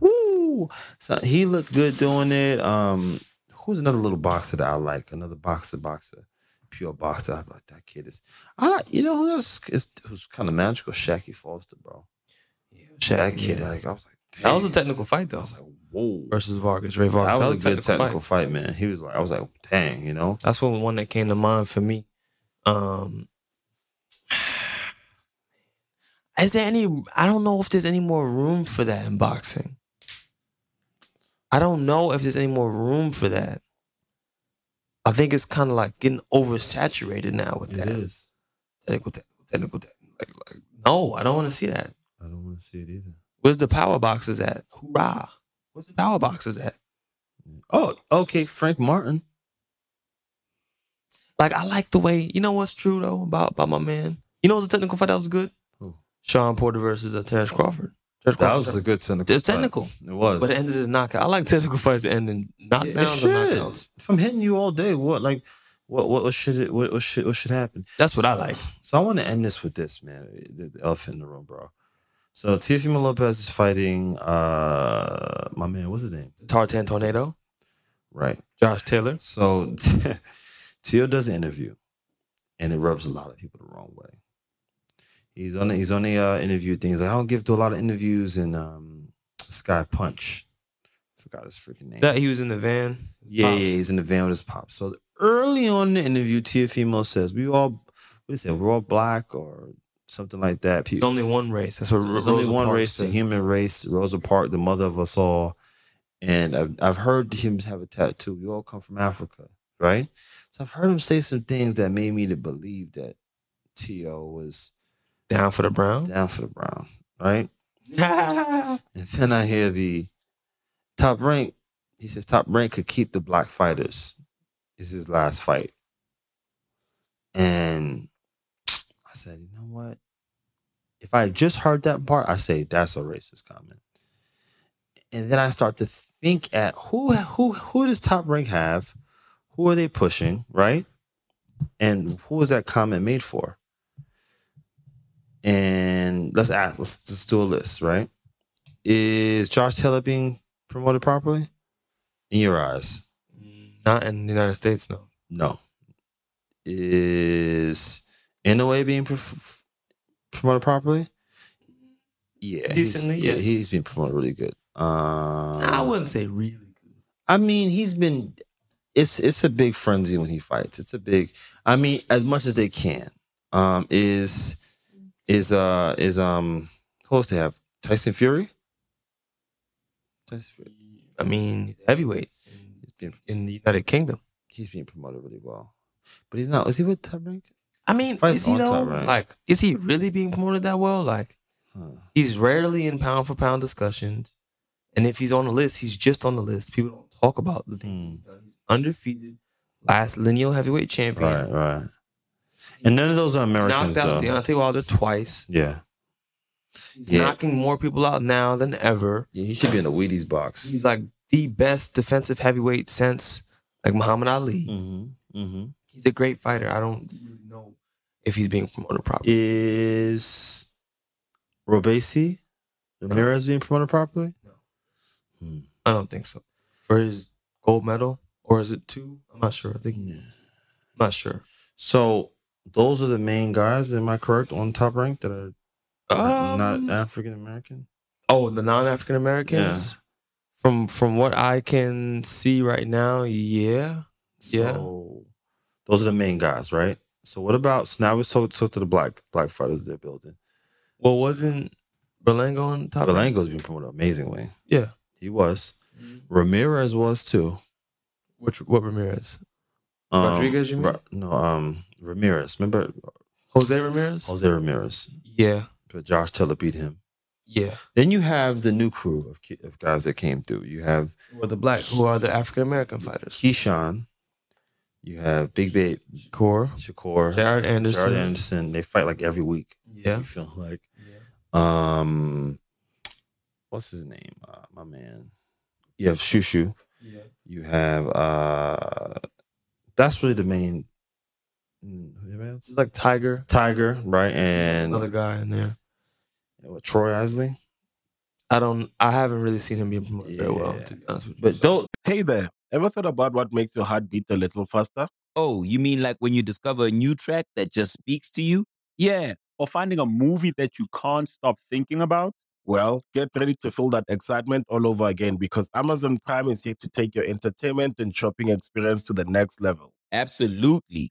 C: Woo! So he looked good doing it. Um, who's another little boxer that I like? Another boxer, boxer, pure boxer. I'm like, that kid is. I like, you know who else is who's kind of magical? Shaky Foster, bro.
D: Yeah,
C: That
D: Shaq,
C: kid,
D: yeah.
C: like, I was like,
D: That was a
C: dang.
D: technical fight though.
C: I was like, whoa.
D: versus Vargas, Ray Vargas.
C: Oh, That was a good technical fight. man. He was like, I was like, dang, you know.
D: That's one one that came to mind for me. Um [SIGHS] Is there any I don't know if there's any more room for that in boxing. I don't know if there's any more room for that. I think it's kind of like getting oversaturated now with that.
C: is.
D: Technical, technical, technical, technical. Like, like, no, I don't want to see that.
C: I don't want to see it either.
D: Where's the power boxers at? Hoorah. Where's the power boxers at?
C: Oh, okay, Frank Martin.
D: Like I like the way you know what's true though about about my man. You know what's a technical fight that was good?
C: Who?
D: Sean Porter versus uh, Terrence Crawford. Terrence
C: That
D: Crawford-
C: was a good technical.
D: It's
C: fight.
D: technical.
C: It was.
D: but it ended in a knockout. I like technical fights that end in
C: It
D: knockdowns
C: should.
D: or knockouts.
C: If I'm hitting you all day, what like what what, what should it what, what should what should happen?
D: That's what I like.
C: So I want to end this with this, man. The, the elephant in the room, bro. So Teofimo Lopez is fighting uh my man, what's his name?
D: Tartan Tornado,
C: Right.
D: Josh Taylor.
C: So [LAUGHS] Teo does an interview, and it rubs a lot of people the wrong way. He's on the, he's on the uh, interview things. Like, I don't give to a lot of interviews, and um, this guy Punch, forgot his freaking name.
D: That he was in the van.
C: Yeah,
D: Pops.
C: yeah, he's in the van with his pop. So early on in the interview, Tia Fimo says, "We all, what is it? We're all black or something like that."
D: There's
C: People,
D: only one race. That's what
C: there's
D: Rosa
C: only one
D: Parks
C: race, the
D: said.
C: human race. Rosa Parks, the mother of us all, and I've I've heard him have a tattoo. We all come from Africa, right? So I've heard him say some things that made me to believe that Tio was
D: Down for the Brown.
C: down for the Brown, right? And then I hear the top rank. He says top rank could keep the black fighters. This is his last fight. And I said, you know what? If I had just heard that part, I say that's a racist comment. And then I start to think at who who who does top rank have? Who are they pushing, right? And who was that comment made for? And let's ask, let's just do a list, right? Is Josh Taylor being promoted properly? In your eyes,
D: [LAUGHS] Not in the United States, no.
C: no. Is NOA being pro- f- promoted properly? Yeah, he's-
D: Decently,
C: yeah,
D: yes. Ah.
C: he's been promoted really good. Um,
D: I wouldn't say really good.
C: I mean, he's been. It's it's a big frenzy when he fights. It's a big. I mean, as much as they can. Um, is is uh is um who else they have? Tyson Fury. Tyson Fury.
D: I mean, heavyweight
C: He's been
D: in the United Kingdom.
C: he's being promoted really well, but he's not. Is he with Top Rank?
D: I mean,
C: Fights
D: is he
C: on
D: though?
C: top, right? Hmm.
D: Like, is he really being promoted that well? Like,
C: Huh.
D: He's rarely in pound for pound discussions. And if he's on the list, he's just on the list. People don't talk about the things
C: Hmm.
D: he's done. He's undefeated, last lineal heavyweight champion.
C: Right, right. And none of those are Americans,
D: Knocked out
C: though.
D: Deontay Wilder twice.
C: Yeah.
D: He's
C: Yeah.
D: knocking more people out now than ever.
C: yeah. He should be in the Wheaties box.
D: He's like the best defensive heavyweight since like Muhammad Ali.
C: Mm-hmm. Mm-hmm.
D: He's a great fighter. I don't really know if he's being promoted properly.
C: Is Robesi Ramirez being promoted properly?
D: I don't think so. For his gold medal, or is it two? I'm not sure. I think I'm not sure.
C: So those are the main guys, am I correct, on top rank that are
D: Um,
C: not African American?
D: oh, the non-African Americans. From from what I can see right now, yeah. yeah.
C: So those are the main guys, right? So what about so now we talk, talk to the black black fighters they're building.
D: Well, wasn't Berlango on top?
C: Belango's been promoted amazingly.
D: Yeah.
C: He was.
D: Mm-hmm.
C: Ramirez was too.
D: Which what Ramirez?
C: Um,
D: Rodriguez, you mean?
C: Ra- no, um Ramirez. Remember
D: Jose Ramirez?
C: Jose Ramirez.
D: Yeah.
C: But Josh Taylor beat him.
D: Yeah.
C: Then you have the new crew of, ki- of guys that came through. You have
D: Who are the black? Who are the African American fighters?
C: Keyshawn. You have Big Babe
D: Core.
C: Shakur.
D: Jared Anderson.
C: Jared Anderson. They fight like every week.
D: Yeah.
C: You feel like.
D: Yeah.
C: Um, what's his name? Uh, my man. You have Shushu.
D: Yeah.
C: You have uh, that's really the main. Mm, Anybody else?
D: It's like Tiger,
C: Tiger, right? And
D: another guy in there.
C: what, Troy Isley.
D: I don't. I haven't really seen him being promoted very well,
C: Yeah.
D: to be honest with you.
C: But don't
K: Hey there. Ever thought about what makes your heart beat a little faster?
L: Oh, you mean like when you discover a new track that just speaks to you?
K: Yeah. Or finding a movie that you can't stop thinking about? Well, get ready to feel that excitement all over again because Amazon Prime is here to take your entertainment and shopping experience to the next level.
L: Absolutely.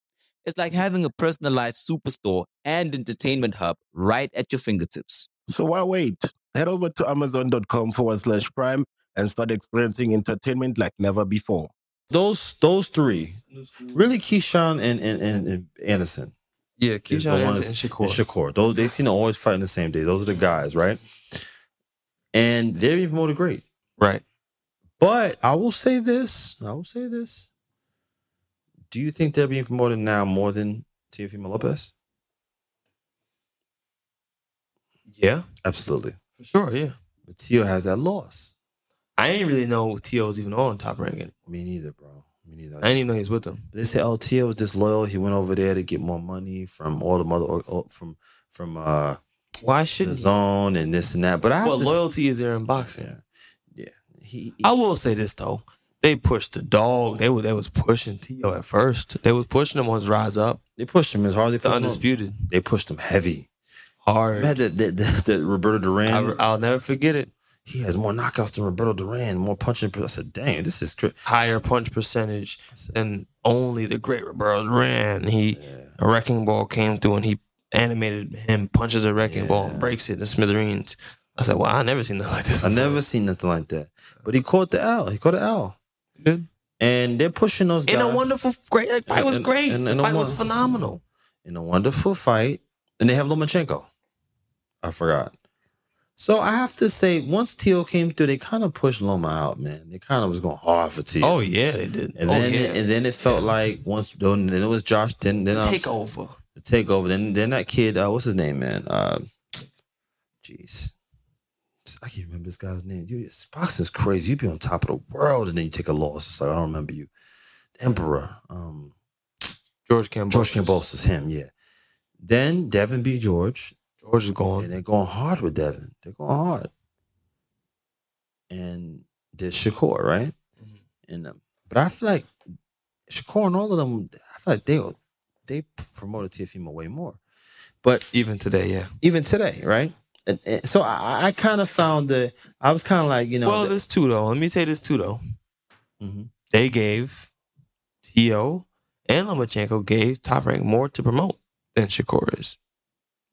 L: It's like having a personalized superstore and entertainment hub right at your fingertips.
K: So why wait? Head over to amazon.com forward slash prime and start experiencing entertainment like never before.
C: those those three really Keyshawn and and, and, and Anderson.
D: yeah,
C: is the
D: Keyshawn
C: ones-
D: Anderson and Shakur.
C: and Shakur. Those they seem to always fight in the same day. Those are the guys, right? And they're even more the great.
D: Right.
C: But I will say this. I will say this. Do you think they're being promoted now more than Teofimo Lopez?
D: Yeah.
C: Absolutely.
D: For sure. Yeah.
C: But Tio has that loss.
D: I ain't really know T.O.'s even on top ranking.
C: Me neither, bro. Me neither.
D: I didn't even know he's with them.
C: they say, "Oh, Tio was disloyal. He went over there to get more money from all the mother or, or- from from uh
D: Why
C: the
D: shouldn't he?
C: zone and this and that." But I have
D: Well,
C: to-
D: loyalty is there in boxing.
C: Yeah. Yeah. He, he-
D: I will say this though. They pushed the dog. They were they was pushing T.O. at first. They was pushing him on his rise up.
C: they pushed him as hard as they
D: The
C: pushed him.
D: undisputed.
C: They pushed him heavy.
D: Hard.
C: Man, that that, that, that Roberto Duran.
D: I, I'll never forget it.
C: he has more knockouts than Roberto Duran, more punching. I said, "Damn, this is crazy."
D: Higher punch percentage than only the great Roberto Duran. He a wrecking ball came through and he animated him, punches a wrecking ball and
C: Yeah.
D: breaks it in smithereens. I said, Well, I never seen nothing like this.
C: I
D: before."
C: never seen nothing like that. But he caught the L. He caught the L.
D: Good.
C: And they're pushing those guys
D: In a wonderful great that fight was
C: And-
D: great.
C: and-
D: And,
C: and a
D: fight was
C: won-
D: phenomenal.
C: in a wonderful fight. And they have Lomachenko. I forgot. So I have to say, once Tio came through, they kind of pushed Loma out, man. They kind of was going hard for Tio.
D: Oh yeah, they did.
C: And
D: oh
C: then
D: yeah.
C: it, and then it felt like once then it was Josh. Then then um,
D: take over.
C: the takeover. Then then that kid, uh, what's his name, man? Uh, Jeez, I can't remember this guy's name. You, this boxing's crazy. You be on top of the world, and then you take a loss. It's like I don't remember you. The Emperor, um,
D: George Campbell.
C: George Campos is him. Yeah. Then Devin B. George,
D: George is gone.
C: and they're going hard with Devin. They're going hard. And there's Shakur, right? And um, but I feel like Shakur and all of them, I feel like they they promoted Tiafimo way more. But
D: Even today, yeah.
C: even today, right? And, and so I, I kind of found the I was kind of like you know
D: well,
C: the-
D: this too though. Let me say this too though.
C: Mhm.
D: They gave T.O. and Lomachenko gave Top Rank more to promote than Shakur is.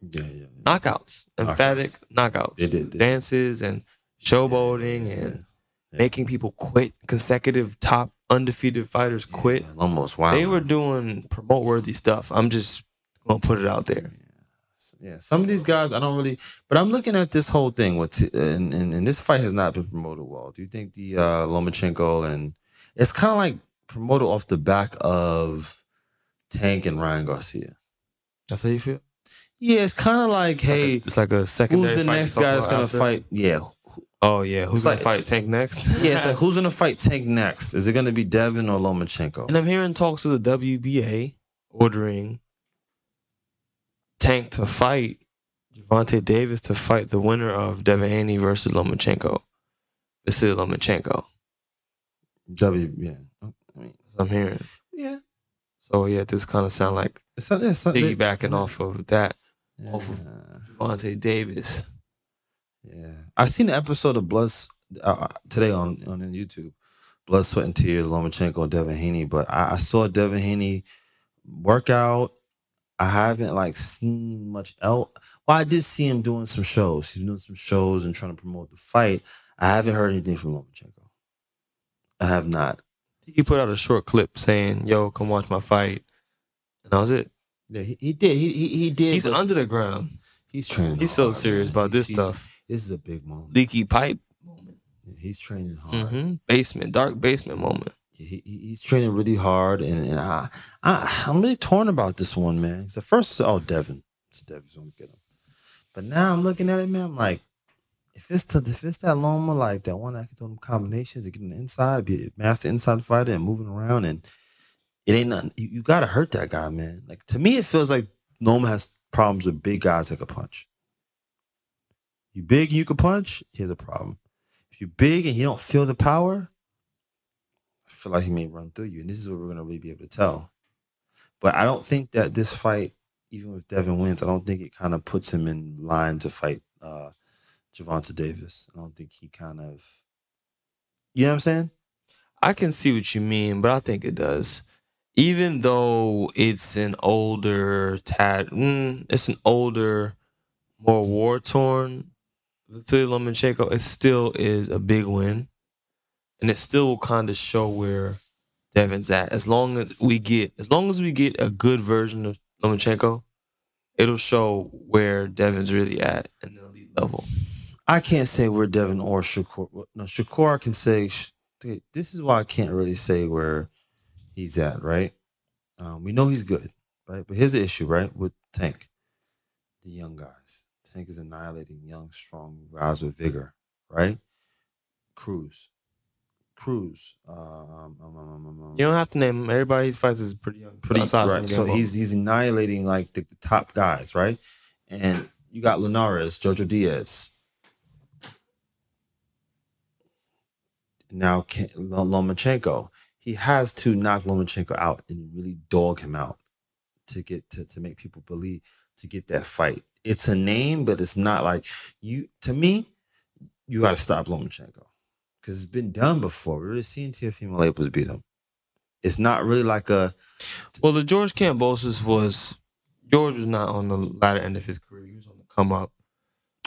C: Yeah, yeah.
D: knockouts, emphatic knockouts.
C: They did, they did.
D: dances and showboating and making people quit. Consecutive top undefeated fighters quit.
C: almost wild.
D: They were doing promote worthy stuff. I'm just gonna put it out there.
C: Yeah, some of these guys I don't really, but I'm looking at this whole thing with, t- and, and and this fight has not been promoted well. Do you think the uh Lomachenko and it's kind of like promoted off the back of Tank and Ryan Garcia?
D: That's how you feel.
C: Yeah, it's kind of like hey,
D: It's like a second.
C: who's the next guy that's gonna fight? Yeah,
D: Oh yeah,
C: It's
D: who's gonna
C: like-
D: fight Tank next?
C: yeah,
D: [LAUGHS]
C: [LAUGHS] it's like who's gonna fight Tank next? Is it gonna be Devin or Lomachenko?
D: And I'm hearing talks of the WBA ordering Tank to fight Javante Davis to fight the winner of Devin Haney versus Lomachenko. Vasily Lomachenko.
C: W, yeah, Oh,
D: That's what I'm hearing.
C: yeah.
D: So yeah, this kind of sound like
C: It's not, it's not,
D: piggybacking off of that,
C: Yeah.
D: off of Javante Davis.
C: Yeah, I seen an episode of Blood S- uh, uh, today on on YouTube, Blood, Sweat, and Tears, Lomachenko, and Devin Haney. But I, I saw Devin Haney workout. I haven't like seen much else. Well, I did see him doing some shows. He's doing some shows and trying to promote the fight. I haven't heard anything from Lomachenko. I have not.
D: He put out a short clip saying, "Yo, come watch my fight," and that was it.
C: Yeah, he, he did. He he, he did.
D: He's
C: but
D: under the ground.
C: he's training.
D: He's so
C: hard,
D: serious
C: man.
D: about this
C: He's-
D: stuff.
C: This is a big moment.
D: Leaky pipe,
C: Yeah, He's training hard.
D: hmm basement, dark basement moment.
C: he, he- he's training really hard, and, and I, I I'm really torn about this one, man. 'Cause at first, oh Devin, it's Devin's gonna get him, but now I'm looking at it, man. I'm like, if it's to, if it's that Loma, like that one that can do them combinations and getting inside, be a master inside fighter and moving around, and it ain't nothing. You, you gotta hurt that guy, man. Like to me, it feels like Loma has problems with big guys that can punch. You big, you can punch. Here's a problem. If you're big and you don't feel the power, I feel like he may run through you. And this is what we're gonna really be able to tell. But I don't think that this fight, even if Devin wins, I don't think it kind of puts him in line to fight uh Javante Davis. I don't think he kind of You know what I'm saying?
D: I can see what you mean, but I think it does. Even though it's an older tad, mm, it's an older, more war torn Vasily Lomachenko. It still is a big win, and it still will kind of show where Devin's at. As long as we get, as long as we get a good version of Lomachenko, it'll show where Devin's really at in the elite level.
C: I can't say where Devin or Shakur no Shakur I can say sh- this is why I can't really say where he's at, right? Um, we know he's good, right? But here's the issue, right, with Tank, the young guys. Tank is annihilating young, strong guys with vigor, right? Cruz, Cruz. Uh, um, um, um, um, um,
D: You don't have to name him. Everybody he fights is pretty young.
C: pretty
D: aside from
C: right. So
D: Gambo.
C: he's he's annihilating like the top guys, right? And you got Linares, Jojo Diaz. Now Ke- Lo- Lomachenko, he has to knock Lomachenko out and really dog him out to get to, to make people believe to get that fight. It's a name, but it's not like you to me, you gotta stop Lomachenko. Cause it's been done before. We've already seen Teofimo Lopez beat him. It's not really like a
D: Well, the George Cambosis was George was not on the latter end of his career. He was on the come up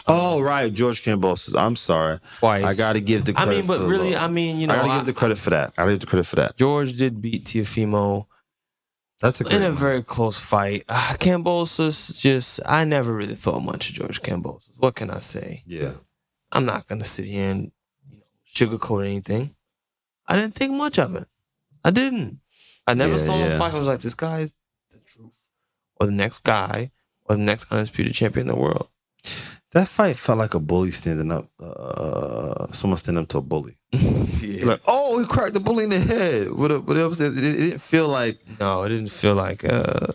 C: Oh right, George Cambosis. I'm sorry.
D: twice.
C: I gotta give the
D: I
C: credit.
D: mean, but
C: for
D: really,
C: the,
D: I mean, you know,
C: I gotta
D: I-
C: give the credit for that. I gotta give the credit for that.
D: George did beat Tiafimo
C: That's a great
D: in a
C: one.
D: very close fight. Uh, Cambosis just, I never really thought much of George Cambosis. What can I say?
C: yeah.
D: I'm not gonna sit here and you know, sugarcoat anything. I didn't think much of it. I didn't. I never
C: Yeah,
D: saw him
C: yeah.
D: fight. I was like, this guy is the truth, or the next guy, or the next undisputed champion in the world.
C: That fight felt like a bully standing up. Uh, someone standing up to a bully.
D: [LAUGHS] Yeah.
C: Like, oh, he cracked the bully in the head. What up? What else? It, it, it didn't feel like
D: No, it didn't feel like uh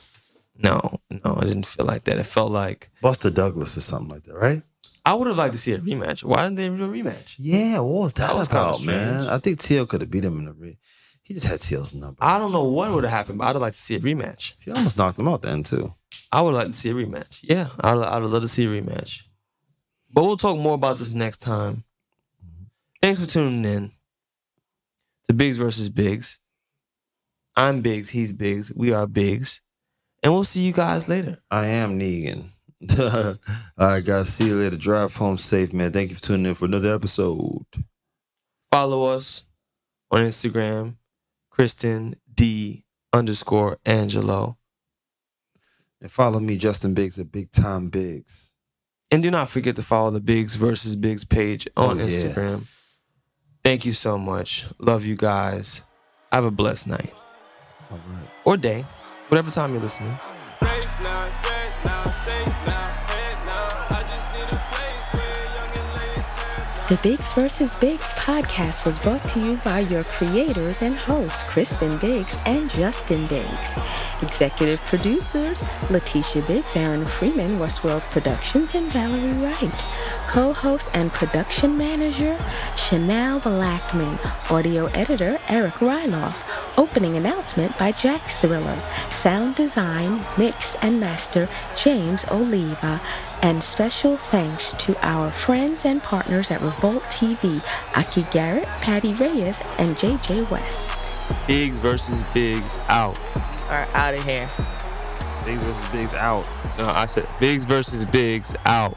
D: no, no, it didn't feel like that. It felt like
C: Buster Douglas or something like that, right?
D: I would have liked to see a rematch. Why didn't they do a rematch?
C: Yeah. What was that,
D: That was kinda
C: about, man?
D: strange.
C: I think Teal could have beat him in the ring. He just had Teal's number.
D: I don't know what would have happened, but I'd like to see a rematch.
C: He almost knocked him out then too.
D: I would like to see a rematch. Yeah, I'd, I'd love to see a rematch. But we'll talk more about this next time. Thanks for tuning in to Bigs versus Bigs. I'm Bigs, he's Bigs, we are Bigs. And we'll see you guys later.
C: I am Negan. [LAUGHS] All right, guys. See you later. Drive home safe, man. Thank you for tuning in for another episode.
D: Follow us on Instagram, Kristen D underscore Angelo.
C: And follow me, Justin Biggs, at Big Time Biggs.
D: And do not forget to follow the Bigs versus Bigs page on
C: Oh, yeah.
D: Instagram. Thank you so much. Love you guys. Have a blessed night.
C: All right.
D: Or day, whatever time you're listening.
J: The Bigs vs. Bigs podcast was brought to you by your creators and hosts, Kristen Biggs and Justin Biggs. Executive producers, Letitia Biggs, Aaron Freeman, Westworld Productions, and Valerie Wright. Co host and production manager, Chanel Blackman. Audio editor, Eric Ryloff. Opening announcement by Jack Thriller. Sound design, mix, and master, James Oliva. And special thanks to our friends and partners at Revolt TV, Aki Garrett, Patty Reyes, and JJ West.
D: Bigs versus Bigs out.
M: Are out of here.
D: Bigs versus Bigs out. No, I said Bigs versus Bigs out.